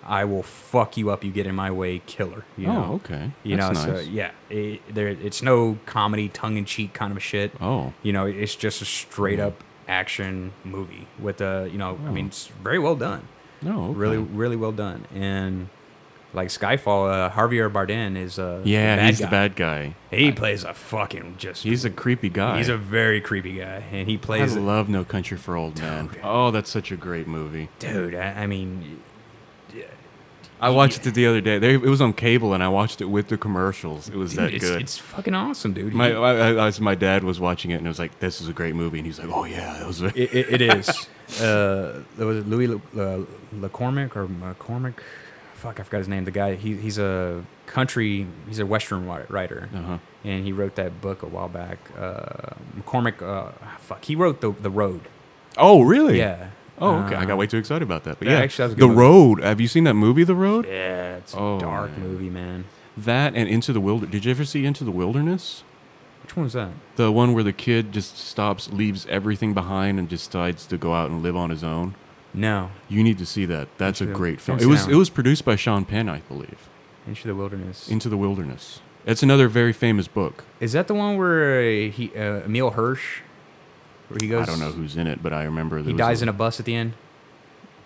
I will fuck you up. You get in my way, killer. You
Oh,
know?
okay.
You
That's
know,
nice.
so yeah, it, there it's no comedy, tongue in cheek kind of shit.
Oh.
you know, it's just a straight up action movie with a you know, I mean, it's very well done.
no. okay.
Really, really well done. And like Skyfall, uh, Javier Bardem is uh,
Yeah,
the bad
he's
guy.
the bad guy.
He plays a fucking just.
He's a creepy guy.
he's a very creepy guy, and he
I
plays
love No Country for Old Men.
Dude.
Oh, that's such a great movie.
dude. I, I mean,
I watched it the other day. They, it was on cable, and I watched it with the commercials. It was
dude,
that
it's,
good.
it's fucking awesome, dude.
my,
He-
I, I, I was- my dad was watching it, and it was like, "This is a great movie," and he's like, "Oh yeah, that was." Very,
It, it, it is. [LAUGHS] Uh, there was Louis Le, uh, LeCormick or McCormick. Fuck, I forgot his name. The guy, he, he's a country, he's a Western wi- writer,
Uh-huh.
and he wrote that book a while back. Uh, McCormick, uh, fuck, he wrote the the Road.
[LAUGHS] oh really?
Yeah.
Oh okay. I
Uh,
got way too excited about that. But
that
yeah,
actually was a good
The
movie.
Road. Have you seen that movie, The Road?
Yeah, it's a
Oh,
dark
man.
movie, man.
That and Into the Wilderness. Did you ever see Into the Wilderness?
Which one was that?
The one where the kid just stops, leaves everything behind, and decides to go out and live on his own.
No,
You need to see that. That's a
Into the-
great film.
Into
It was
the-
it was produced by Sean Penn, I believe.
Into the Wilderness.
Into the Wilderness. That's another very famous book.
Is that the one where uh, he uh, Emil Hirsch, where he goes?
I don't know who's in it, but I remember
He dies in a bus at the end.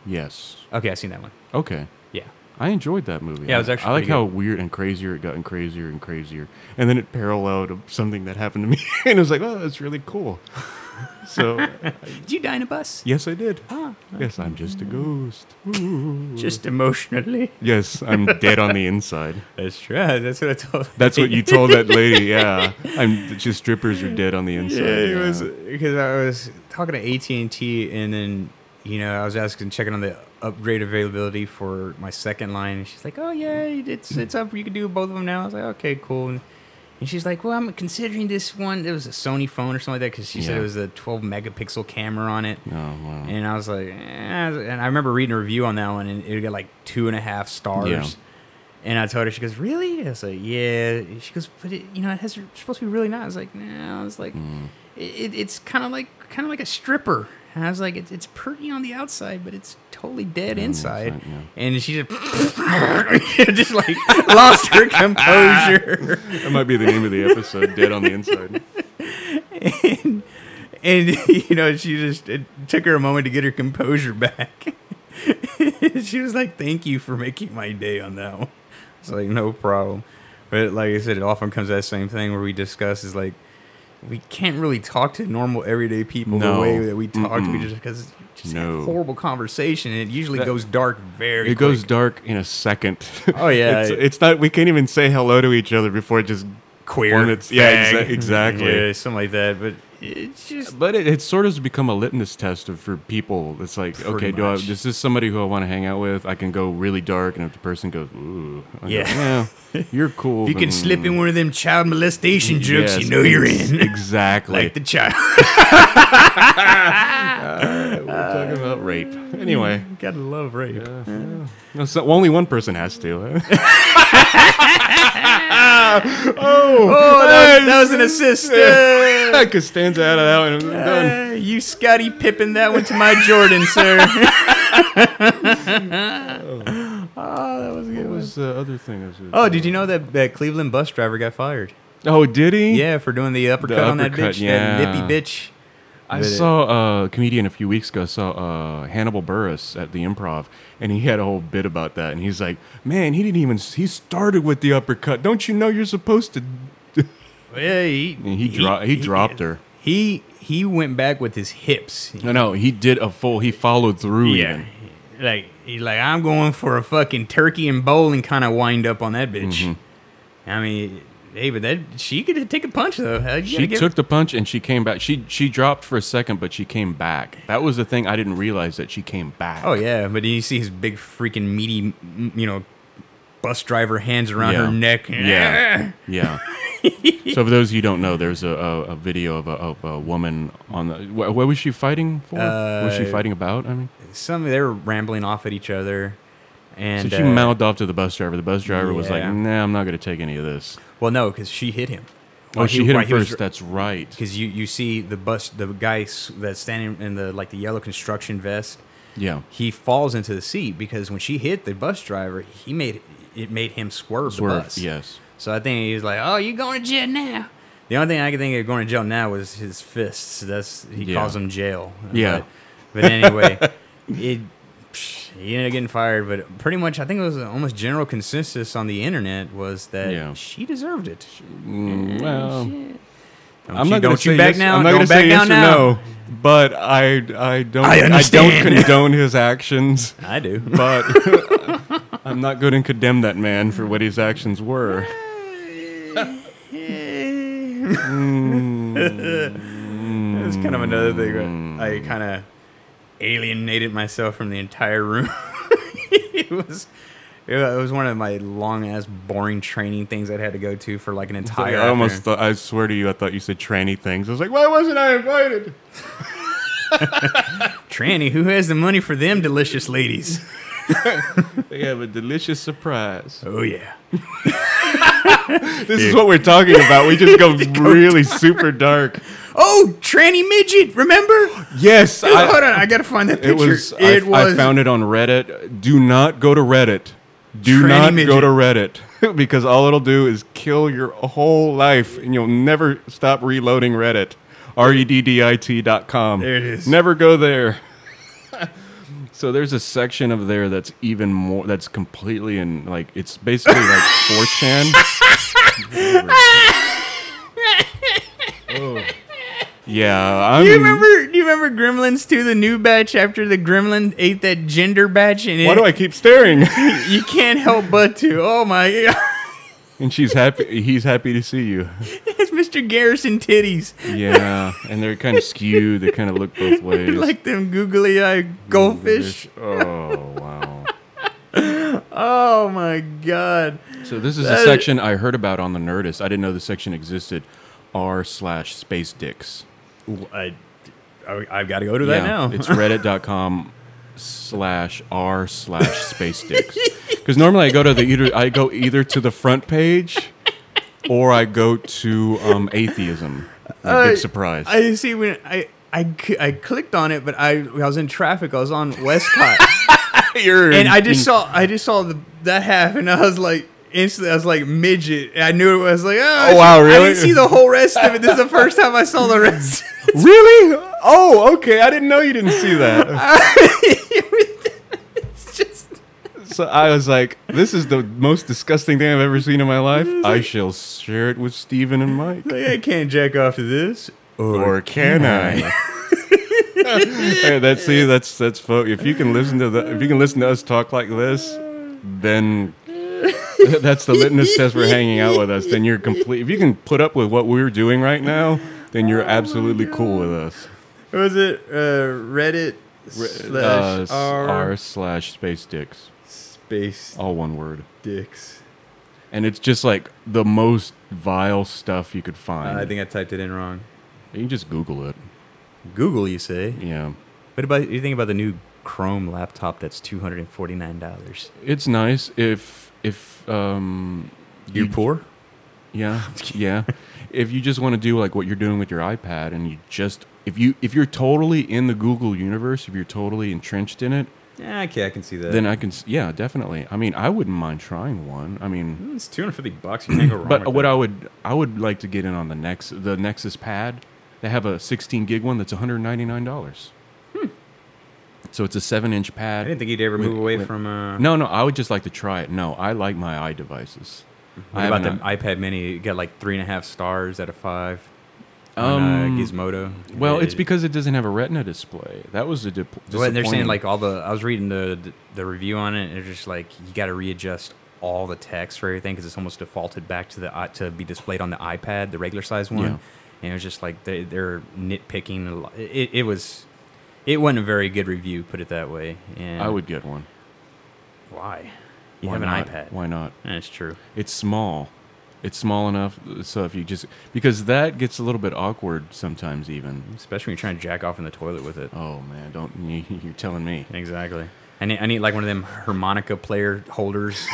yes.
Okay, I seen that one.
Okay.
Yeah.
I enjoyed that movie.
Yeah, it was
I-
actually
I like
pretty
how weird and crazier it got, and crazier and crazier, and then it paralleled something that happened to me, [LAUGHS] and it was like, oh, that's really
[LAUGHS]
cool. so,
Did you die in a bus?
yes, I did.
Ah,
Yes, I'm just a ghost. Ooh.
Just emotionally.
Yes, I'm dead on the inside.
That's true. [LAUGHS] That's what I told.
That's
[LAUGHS]
what you told that lady. [LAUGHS] Yeah, I'm. Just strippers are dead on the inside.
Yeah, it was
yeah.
because I was talking to AT and T, and then you know I was asking, checking on the upgrade availability for my second line, and she's like, "Oh yeah, it's it's up. You can do both of them now." I was like, "Okay, cool." And, and she's like, "Well, I'm considering this one. It was a Sony phone or something like that because she said
Yeah.
it was a 12 megapixel camera on it."
Oh, wow.
And I was like, eh. and I remember reading a review on that one, and it got like two and a half stars.
Yeah.
And I told her, she goes, "Really?" I was like, "Yeah." She goes, "But it, you know, it has it's supposed to be really not." I was like, "No." I was like,
Mm.
"It, it, "It's kind of like kind of like a stripper." And I was like, "It's it's pretty on the outside, but it's totally dead inside."
inside, yeah.
And she just [LAUGHS] just like lost her composure.
That might be the name of the episode. Dead on the [LAUGHS] inside.
and, and [LAUGHS] you know she just it took her a moment to get her composure back [LAUGHS] she was like thank you for making my day on that one it's like no problem but like i said it often comes to that same thing where we discuss is like we can't really talk to normal everyday people the
No.
way that we talk to
Mm-mm.
each other because just
No.
have horrible conversation and it usually
That-
goes dark very
It goes
quick.
dark in a second.
Oh,
[LAUGHS]
yeah.
it's, it's not. We can't even say hello to each other before it just.
queer
Hornets- yeah,
[LAUGHS] fag.
exa- exactly.
yeah something like that but it's just
But it, it sort of has become a litmus test of, for people. It's like,
Pretty
okay, do I,
much.
is this somebody who I want to hang out with? I can go really dark, and if the person goes, ooh, I go,
Yeah.
[LAUGHS] "Yeah, you're cool.
if you can
then-
slip in one of them child molestation jokes
Yes,
you know you're
ex-
in
Exactly.
[LAUGHS] like the child.
We're talking about rape. Mm. Anyway,
[LAUGHS] Gotta love rape.
no, so only one person has to. [LAUGHS]
Oh, that was, that was an assist. Uh,
Costanza out of that one. It was done.
uh, you Scotty Pippin that one to my
[LAUGHS]
Jordan, sir. oh, that was a good.
What
one.
was the other thing? I was
Oh, did you know that that Cleveland bus driver got fired?
Oh, did he?
Yeah, for doing the uppercut, on that
uppercut,
bitch,
yeah.
that nippy bitch.
I
Did it.
saw a comedian a few weeks ago. I saw uh, Hannibal Burris at the Improv, and he had a whole bit about that. And he's like, "Man, he didn't even. He started with the uppercut. Don't you know you're supposed to?"
Yeah, he
And he dro- he dropped her.
He he went back with his hips.
No, no, he did a full. He followed through.
Yeah.
even.
Like he's like,
Mm-hmm.
I'm going for a fucking turkey and bowling kind of wind up on that bitch. I mean, Hey, but that she could take a punch though. Uh, you gotta
She
give-
took the punch and she came back. She she dropped for a second, but she came back. That was the thing I didn't realize that she came back.
Oh yeah, but then you see his big freaking meaty, m- you know, bus driver hands around
Yeah.
her neck.
Yeah. Yeah. so for those of you who don't know, there's a, a, a video of a, of a woman on the. What, what was she fighting for? what was she
Uh,
fighting about? I mean,
[LAUGHS] Some they were rambling off at each other, and
so she
uh,
mouthed off to the bus driver. The bus driver was like,
yeah.
"Nah, I'm not going to take any of this."
uh, Well, no, because she hit him.
Oh, she hit him first. That's right.
Because you you see the bus, the guy s- that's standing in the like the yellow construction vest.
Yeah.
He falls into the seat because when she hit the bus driver, he made it made him swerve, the
Swerve.
bus.
Yes.
So I think he's like, "Oh, you going to jail now?" The only thing I could think of going to jail now was his fists. That's he
Yeah.
calls them jail.
Yeah.
But, but anyway, [LAUGHS] it psh, he ended up getting fired. But pretty much, I think it was almost general consensus on the internet was that
Yeah.
she deserved it.
Mm, well,
Don't
I'm
you,
not gonna
don't you
say
back
yes-
now.
I'm not
don't
gonna
back
say
down
yes or
now.
no, but I I don't
I
don't
understand.
condone his
[LAUGHS]
actions.
I do.
But [LAUGHS] I'm not going to condemn that man for what his actions were. [LAUGHS] Mm.
[LAUGHS] That's kind of another thing. where I kind of alienated myself from the entire room. [LAUGHS] it was. It was one of my long ass boring training things I'd had to go to for like an entire.
I almost
afternoon.
thought, I swear to you, I thought you said tranny things. I was like, why wasn't I invited?
tranny. Who has the money for them delicious ladies?
They have a delicious surprise.
Oh yeah.
This is what we're talking about. We just [LAUGHS] go really super dark.
Oh, tranny midget. Remember?
[LAUGHS] Yes,
Dude,
[GASPS] I-
[LAUGHS] hold on, I gotta find that picture.
it was. I, I found it on Reddit. Do not go to Reddit. Do
Tranny
not go
midget.
to Reddit [LAUGHS] because all it'll do is kill your whole life, and you'll never stop reloading Reddit. R e d d i t dot com.
There it is.
Never go there. [LAUGHS] so there's a section of there that's even more. That's completely in like it's basically
[LAUGHS]
like 4chan. Oh. Yeah, I'm.
Do you remember? Do you remember Gremlins 2, the new batch after the Gremlin ate that gender batch? And
Why
it,
do I keep
[LAUGHS]
staring?
You can't help but to. Oh my [LAUGHS] god.
And she's happy. He's happy to see
[LAUGHS]
you.
It's Mr. Garrison titties. [LAUGHS]
Yeah, and they're kind of skewed. They kind of look both ways.
like them googly eyed goldfish.
Oh wow!
Oh my god.
So this is
That
a
is-
section I heard about on the Nerdist. I didn't know this section existed. R slash space dicks.
I, I, have got to go to that now. [LAUGHS]
it's reddit.com slash r slash space dicks. Because normally I go to the either I go either to the front page or I go to um, atheism. A
Uh,
big surprise.
I see when I. I, c- I clicked on it, but I, I was in traffic. I was on [LAUGHS] Westcott, and I just saw I just saw the, that half, and [LAUGHS] I was like instantly I was like midget, and I knew it I was like oh,
Oh, wow,
I
really?
didn't see the whole rest of it. This is the first time I [LAUGHS] saw the rest.
Really? Oh, okay. I didn't know you didn't see [LAUGHS] that.
it's just
so I was like, this is the most disgusting thing I've ever seen in my life. I shall share it with Steven and Mike.
like, I can't jack off to this.
Or can I? [LAUGHS] Hey, that's see, that's that's folk. If you can listen to the, if you can listen to us talk like this, [LAUGHS] then that's the litmus test for hanging out with us. Then you're complete. If you can put up with what we're doing right now, then you're absolutely cool with us.
What was it uh, Reddit
Uh,
slash
s-
r,
r slash space dicks,
space
all one word.
dicks?
and it's just like the most vile stuff you could find.
I think I typed it in wrong.
you can just Google it.
Google, you say?
Yeah,
What about you think about the new Chrome laptop that's two hundred and forty nine dollars?
it's nice if if um
You poor? [LAUGHS]
yeah yeah if you just want to do like what you're doing with your iPad and you just if you if you're totally in the Google universe if you're totally entrenched in it
Yeah, okay, I can see that.
then uh, I can s- yeah definitely I mean I wouldn't mind trying one I mean
it's two hundred fifty bucks. You
[CLEARS THROAT]
can't go wrong.
but
with
what
that.
I would I would like to get in on the next the Nexus Pad they have a 16 gig one that's 199 dollars. So it's a seven inch pad.
I didn't think you'd ever
with-
move away
with-
from. Uh,
No, no, I would just like to try it. No, I like my eye devices.
What
I
about the
haven't-
iPad Mini? You got like three and a half stars out of five.
Um,
on, uh, Gizmodo.
Well, it's
It-
because it doesn't have a Retina display. That was a dip-
Well, they're saying
disappointing-
like all the. I was reading the the review on it. and They're just like you got to readjust all the text for everything because it's almost defaulted back to the i- to be displayed on the iPad, the regular size one.
Yeah.
And it was just like they, they're nitpicking. A lot. It, it was, it wasn't a very good review, put it that way. And
I would get one.
why? You
Why
have an
not?
iPad.
Why not?
That's true.
It's small. It's small enough so if you just because that gets a little bit awkward sometimes even.
Especially when you're trying to jack off in the toilet with it.
Oh man, don't [LAUGHS] you, you're telling me.
Exactly. I need, I need like one of them harmonica player holders.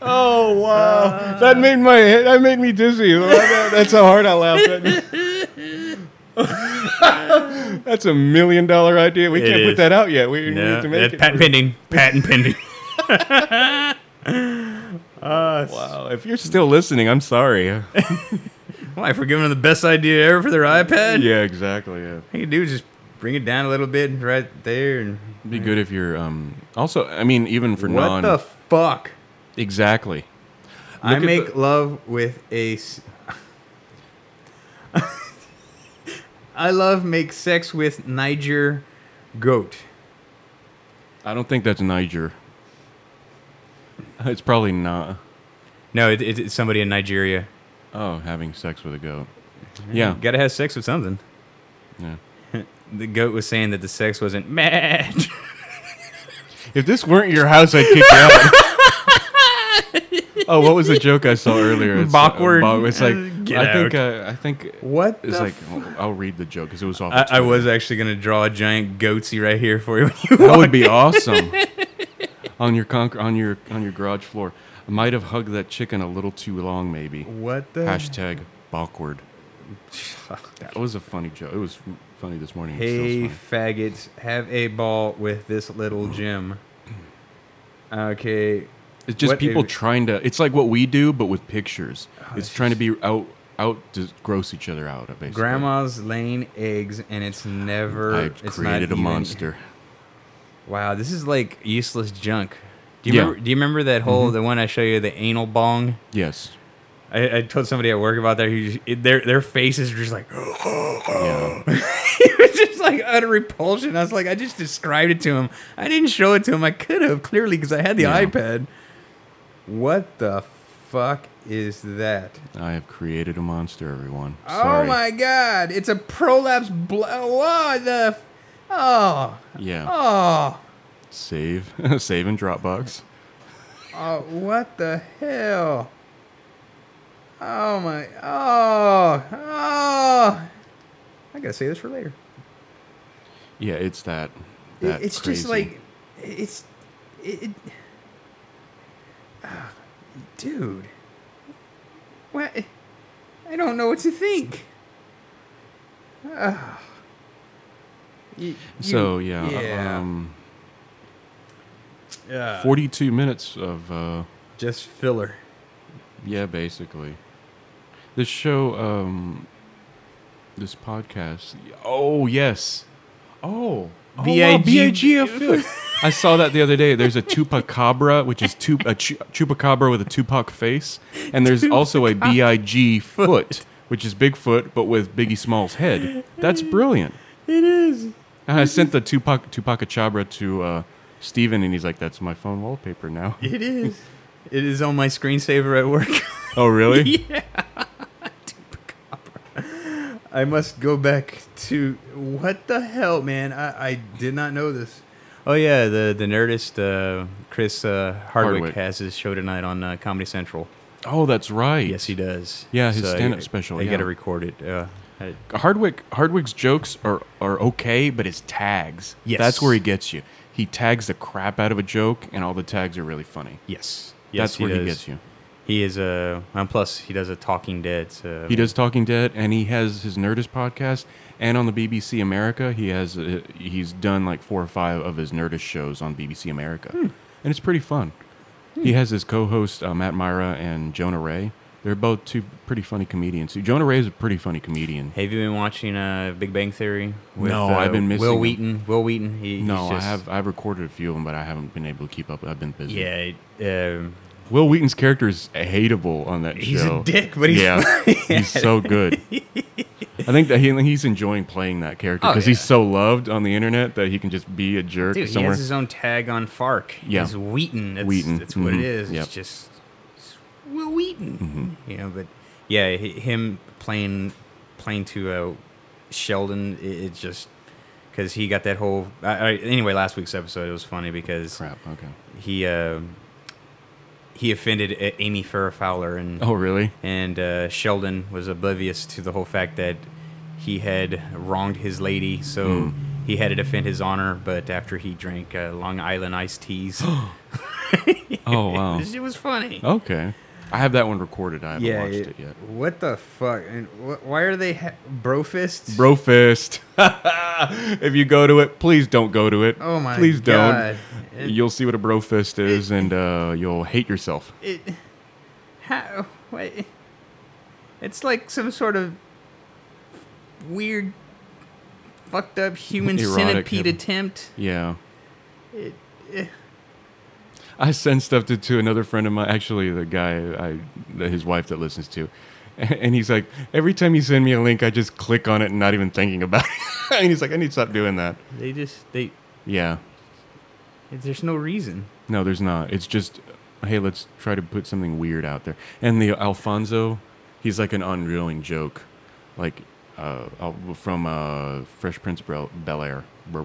Oh wow,
Uh,
that made my head, that made me dizzy. [LAUGHS] That's how hard I laughed. At. [LAUGHS] That's a million dollar idea. We
It can't put is. that
out yet. We
Yeah, that's patent pending. Patent pending.
Wow, if you're still listening, I'm
[LAUGHS]
sorry.
Why? If we're giving them the best idea ever for their iPad,
yeah, exactly. Yeah.
all you do is just bring it down a little bit right there. And
It'd be good if you're um also I mean even for
what
non
the fuck?
Exactly.
I
at the-
make love with a. s- [LAUGHS] I love make sex with Niger goat.
I don't think that's Niger. It's probably not.
No, it, it, it's somebody in Nigeria.
Oh, having sex with a goat. Yeah.
Gotta have sex with something.
Oh. yeah.
[LAUGHS] The goat was saying that the sex wasn't mad. [LAUGHS]
If this weren't your house, I'd kick you out.
[LAUGHS]
oh, what was the joke I saw earlier? It's,
Backward.
Uh, it's like
Get
I think
out.
uh, I think
What
It's
the
like well, I'll read the joke because it was off. of
I, I
Twitter.
was actually gonna draw a giant goatsy right here for you. When you [LAUGHS]
That
walk
would be
[LAUGHS]
awesome. on your conc- on your on your garage floor, I might have hugged that chicken a little too long, maybe.
What the?
Hashtag backward. That was a funny joke. It was funny this morning. It still is
Hey,
funny.
faggots, have a ball with this little gym. Okay.
It's just
What
people
if- Oh,
trying to. It's like what we do, but with pictures. it's
this
trying to be out, out to gross each other out. Basically,
Grandma's laying eggs, and it's never.
I
it's not
created a
even-
monster.
Wow, this is like useless junk. Do you
Yeah. Mm-hmm.
remember? Do you remember that whole the one I show you the anal bong?
Yes.
I, I told somebody at work about that. Who just- it- their their faces were just like [LAUGHS]
Yeah.
it was just like utter repulsion. I was like, I just described it to him. I didn't show it to him. I could have clearly because I had the
Yeah.
iPad. What the fuck is that?
I have created a monster, everyone.
Oh
Sorry.
my god! It's a prolapse. Bl- oh the. f- Oh.
Yeah.
Oh.
Save, [LAUGHS] save in Dropbox.
Oh. What the hell? Oh my. Oh. Oh. I gotta say this for later.
Yeah, it's that.
It-
that
it's just
crazy.
like it's it, it Ah, dude what i don't know what to think [SIGHS] Ah. You- you-
So yeah.
yeah.
Um,
Yeah.
Forty-two minutes of. Uh,
just filler
Yeah, basically. This show, um, this podcast. Oh yes. Oh. Oh, wow,
B.I.G.
BIG. I saw that the other day. There's a Tupacabra, which is tu- a chu- Chupacabra with a Tupac face, and there's also a Big Foot, which is Bigfoot but with Biggie Small's head. That's brilliant.
it is
And I sent the Tupac Tupacacabra to uh, Steven, and he's like, "That's my phone wallpaper now."
it is it is on my screensaver at work
[LAUGHS]
[LAUGHS]
Oh, really?
I must go back to what the hell, man? I, I did not know this. Oh yeah, the the Nerdist uh, Chris uh, Hardwick,
Hardwick.
has his show tonight on uh, Comedy Central.
Oh, that's right.
Yes, he does.
Yeah, his
I-
stand-up special,
I
yeah.
got to record it. Uh, I-
Hardwick Hardwick's jokes are are okay, but his tags.
Yes.
That's where he gets you. He tags the crap out of a joke and all the tags are really funny.
yes, yes,
That's where he
does.
gets you.
He is a and plus he does a Talking Dead. So
He does Talking Dead and he has his Nerdist podcast and on the BBC America, he has uh, he's done like four or five of his Nerdist shows on BBC America.
Hmm.
And it's pretty fun. He has his co-host uh, Matt Myra and Jonah Ray. They're both two pretty funny comedians. Jonah Ray is a pretty funny comedian.
Have you been watching uh, Big Bang Theory? uh,
No, I've been missing
Will
him.
Wheaton. Will Wheaton. He, he's
No, I
just-
have I've recorded a few of them, but I haven't been able to keep up. I've been busy.
Yeah, um,
Will Wheaton's character is hateable on that
He's a
show.
dick, but he's
yeah, he's so good. I think that he, he's enjoying playing that character
Oh,
because he's
yeah.
so loved on the internet that he can just be a jerk
Dude, he
somewhere.
has his own tag on FARC.
Yeah.
He's Wheaton. That's,
Wheaton,
That's what
mhm,
it is.
yep. Mm-hmm.
It's just it's Will Wheaton. You know, but yeah, hi- him playing playing to uh, Sheldon, it, it just because he got that whole. I, I, anyway, last week's episode it was funny because
Crap. Okay.
he uh, he offended uh, Amy Farrah Fowler and
Oh, really?
and uh, Sheldon was oblivious to the whole fact that he had wronged his lady, so
Hmm.
he had to defend his honor. But after he drank uh, Long Island
[GASPS]
iced teas, [LAUGHS]
Oh, wow.
it was funny.
Okay. I have that one recorded. I haven't watched it, yet.
What the fuck? And wh- why are they ha- bro fists?
Brofist. [LAUGHS] if you go to it, please don't go to it.
Oh my
Please don't. [LAUGHS]
God. It-
You'll see what a brofist is, and uh, you'll hate yourself.
It, how? Wait, it's like some sort of weird, fucked up human
Erotic
centipede
hidden-
attempt.
Yeah.
It, eh.
I sent stuff to, to another friend of mine, actually the guy I the- his wife that listens to, [LAUGHS] and he's like, every time you send me a link, I just click on it and not even thinking about it. [LAUGHS] and he's like, I need to stop doing that.
They just they.
Yeah,
There's no reason.
no, there's not. It's just, hey, let's try to put something weird out there. And the Alfonso, he's like an unreeling joke, like uh, uh, from uh, Fresh Prince of Bel Air.
Burr.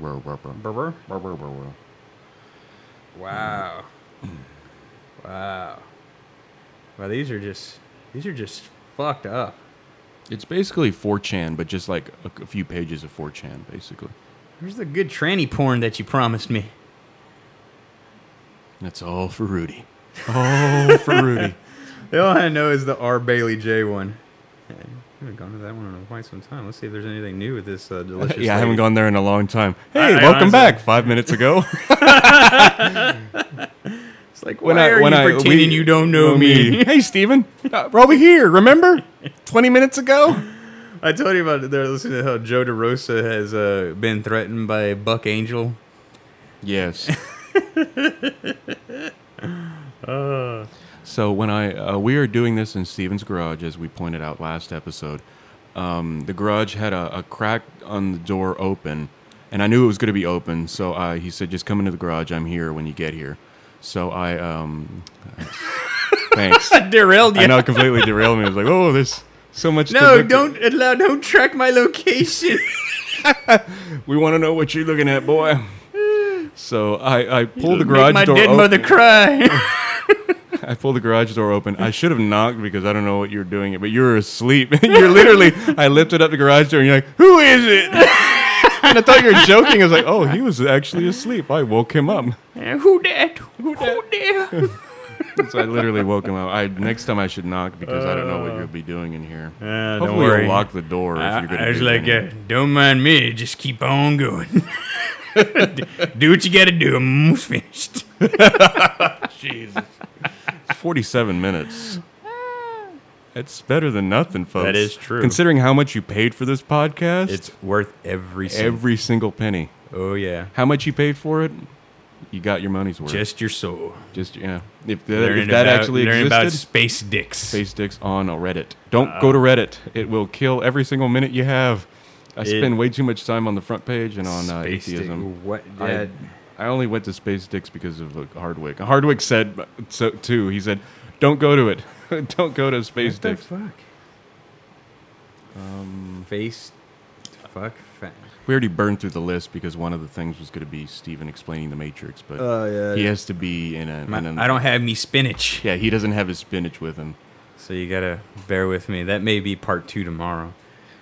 Wow. [CLEARS THROAT] wow. Wow. These are just these are just fucked up.
It's basically 4chan, but just like a, a few pages of 4chan, basically.
Where's the good tranny porn that you promised me?
That's all for Rudy. [LAUGHS] All for
[LAUGHS]
Rudy.
The [LAUGHS] all I know is the R Bailey J one. I haven't gone to that one in quite some time. Let's see if there's anything new with this [LAUGHS] uh, delicious.
yeah, I haven't
lady.
gone there in a long time.
I-
Hey,
I
welcome
honestly-
back. Five minutes ago.
It's like [LAUGHS] why are you pretending
we-
you don't know me? [LAUGHS]
hey, Steven. Uh, we're over here. Remember? 20 minutes ago?
I told you about it. They're listening to how Joe DeRosa has uh, been threatened by Buck [LAUGHS] Angel. [LAUGHS]
Yes. So when I uh, we are doing this in Steven's garage, as we pointed out last episode, um, the garage had a, a crack on the door open, and I knew it was going to be open. So I, he said, "Just come into the garage. I'm here when you get here." So I, um, [LAUGHS] thanks.
Derailed
I know it completely derailed me. I was like, "Oh, there's so much." to
No,
look at."
don't allow. Don't track my location.
We want to know what you're looking at, boy. So I, I pulled [LAUGHS] the garage
Make my
door.
dead
open. [LAUGHS]
mother cry. [LAUGHS]
I pulled the garage door open. I should have knocked because I don't know what you were doing it, but you were asleep. [LAUGHS] you're literally. I lifted up the garage door and you're like, "Who is it?" [LAUGHS] and I thought you were joking. I was like, "Oh, he was actually asleep. I woke him up."
Who that? Who that?
So I literally woke him up. I next time I should knock because I don't know what you'll be doing in here.
don't
Hopefully
worry.
you'll lock the door if you're gonna.
I was
do
like,
anything.
uh, don't mind me. Just keep on going. [LAUGHS] do what you gotta do. I'm
[LAUGHS]
almost finished.
Jesus. Forty-seven minutes. It's better than nothing, folks.
is true.
Considering how much you paid for this podcast,
worth every
every single penny.
Oh yeah.
How much you paid for it? You got your money's worth.
Just your soul.
Just yeah. If, that-
Learning
if that
about-
actually
learning about Uh,
existed,
space dicks.
space dicks on a Reddit. Don't go to Reddit. It will kill every single minute you have. I spend way too much time on the front page and on uh,
Space dick-
atheism.
What?
I,
that-
I only went to space dicks because of like, Hardwick. Hardwick said uh, so too. He said, "Don't go to it. [LAUGHS] Don't go to space
What the
dicks."
fuck? Um, face, fuck, fa-
We already burned through the list because one of the things was going to be Steven explaining the Matrix, but he has to be in a.
Oh, My-
in a-
I don't have me spinach.
Yeah, he doesn't have his spinach with him.
So you gotta bear with me. That may be part two tomorrow.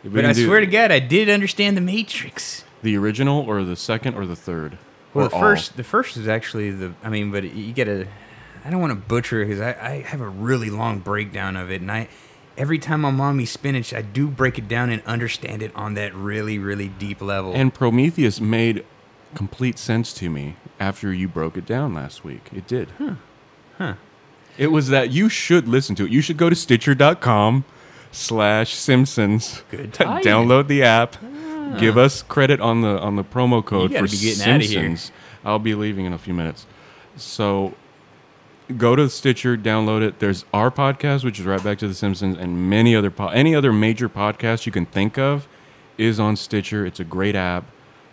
We
But
can
I
do
swear to God, I did understand the Matrix.
the original or the second or the third.
Well,
Or
the
all.
first, the first is actually the. I mean, but you gotta. I don't want to butcher it because I, I have a really long breakdown of it, and I every time I'm on me spinach, I do break it down and understand it on that really, really deep level.
And Prometheus made complete sense to me after you broke it down last week. It did. Huh. Huh. It was that you should listen to it. You should go to Stitcher.com slash Simpsons.
Good Ah. time.
Download the app. Give us credit on the on the promo code
gotta
for
be getting outta here.
Simpsons. I'll be leaving in a few minutes. So go to Stitcher, download it. There's our podcast, which is right back to the Simpsons, and many other po- any other major podcast you can think of. is on Stitcher. It's a great app.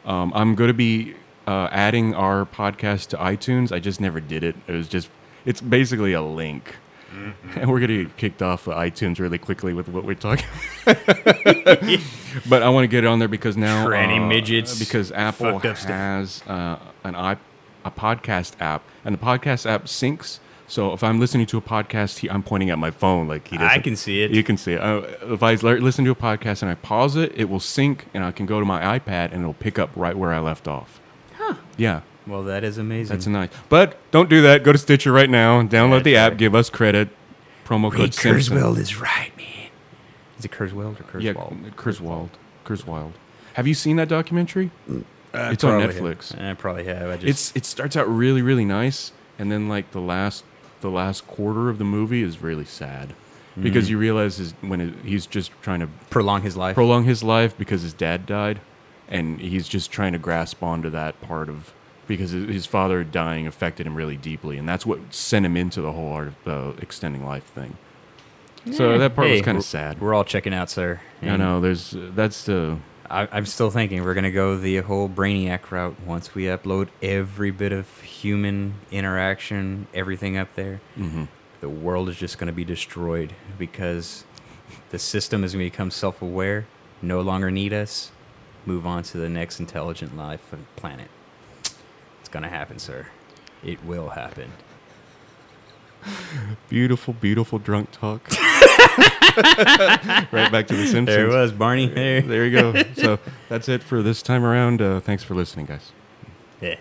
Um, I'm going to be uh, adding our podcast to iTunes. I just never did it. It was just, it's basically a link.
Mm-hmm.
And we're going to get kicked off of iTunes really quickly with what we're
[LAUGHS]
talking [LAUGHS] But I want to get it on there because now.
Tranny
uh,
midgets.
Because Apple
Fucked up stuff.
has uh, an iP- a podcast app, and the podcast app syncs. So if I'm listening to a podcast, he, I'm pointing at my phone like he does.
I can see it.
You can see it. Uh, if I le- listen to a podcast and I pause it, it will sync, and I can go to my iPad and it'll pick up right where I left off. Huh? Yeah.
Well, that is amazing.
That's nice. But don't do that. Go to Stitcher right now. Download the
That's
app.
right.
Give us credit. Promo code Simpson.
Kurzweil is right, man. Is it Kurzweil or
Yeah,
Kurzweil?
Kurzweil. Kurzweil. Have you seen that documentary? it's on Netflix.
I Mm. Uh, probably have. I
It's
just
it starts out really really nice, and then like the last the last quarter of the movie is really sad because you realize his, when it, he's just trying to
prolong his life.
prolong his life because his dad died, and he's just trying to grasp onto that part of because his his father dying affected him really deeply, and that's what sent him into the whole art of the extending life thing. So that part was
Hey,
kind
we're-
of sad.
We're all checking out, sir.
I know there's that's the
I, I'm still thinking we're gonna go the whole Brainiac route once we upload every bit of human interaction, everything up there.
Mm-hmm.
The world is just gonna be destroyed because the system is gonna become self-aware, no longer need us. Move on to the next intelligent life on the planet. It's gonna happen, sir. It will happen.
beautiful, beautiful drunk [LAUGHS] talk. right back to the Simpsons.
There it was, Barney. There.
There you go. so that's it for this time around. Uh, thanks for listening, guys.
Yeah.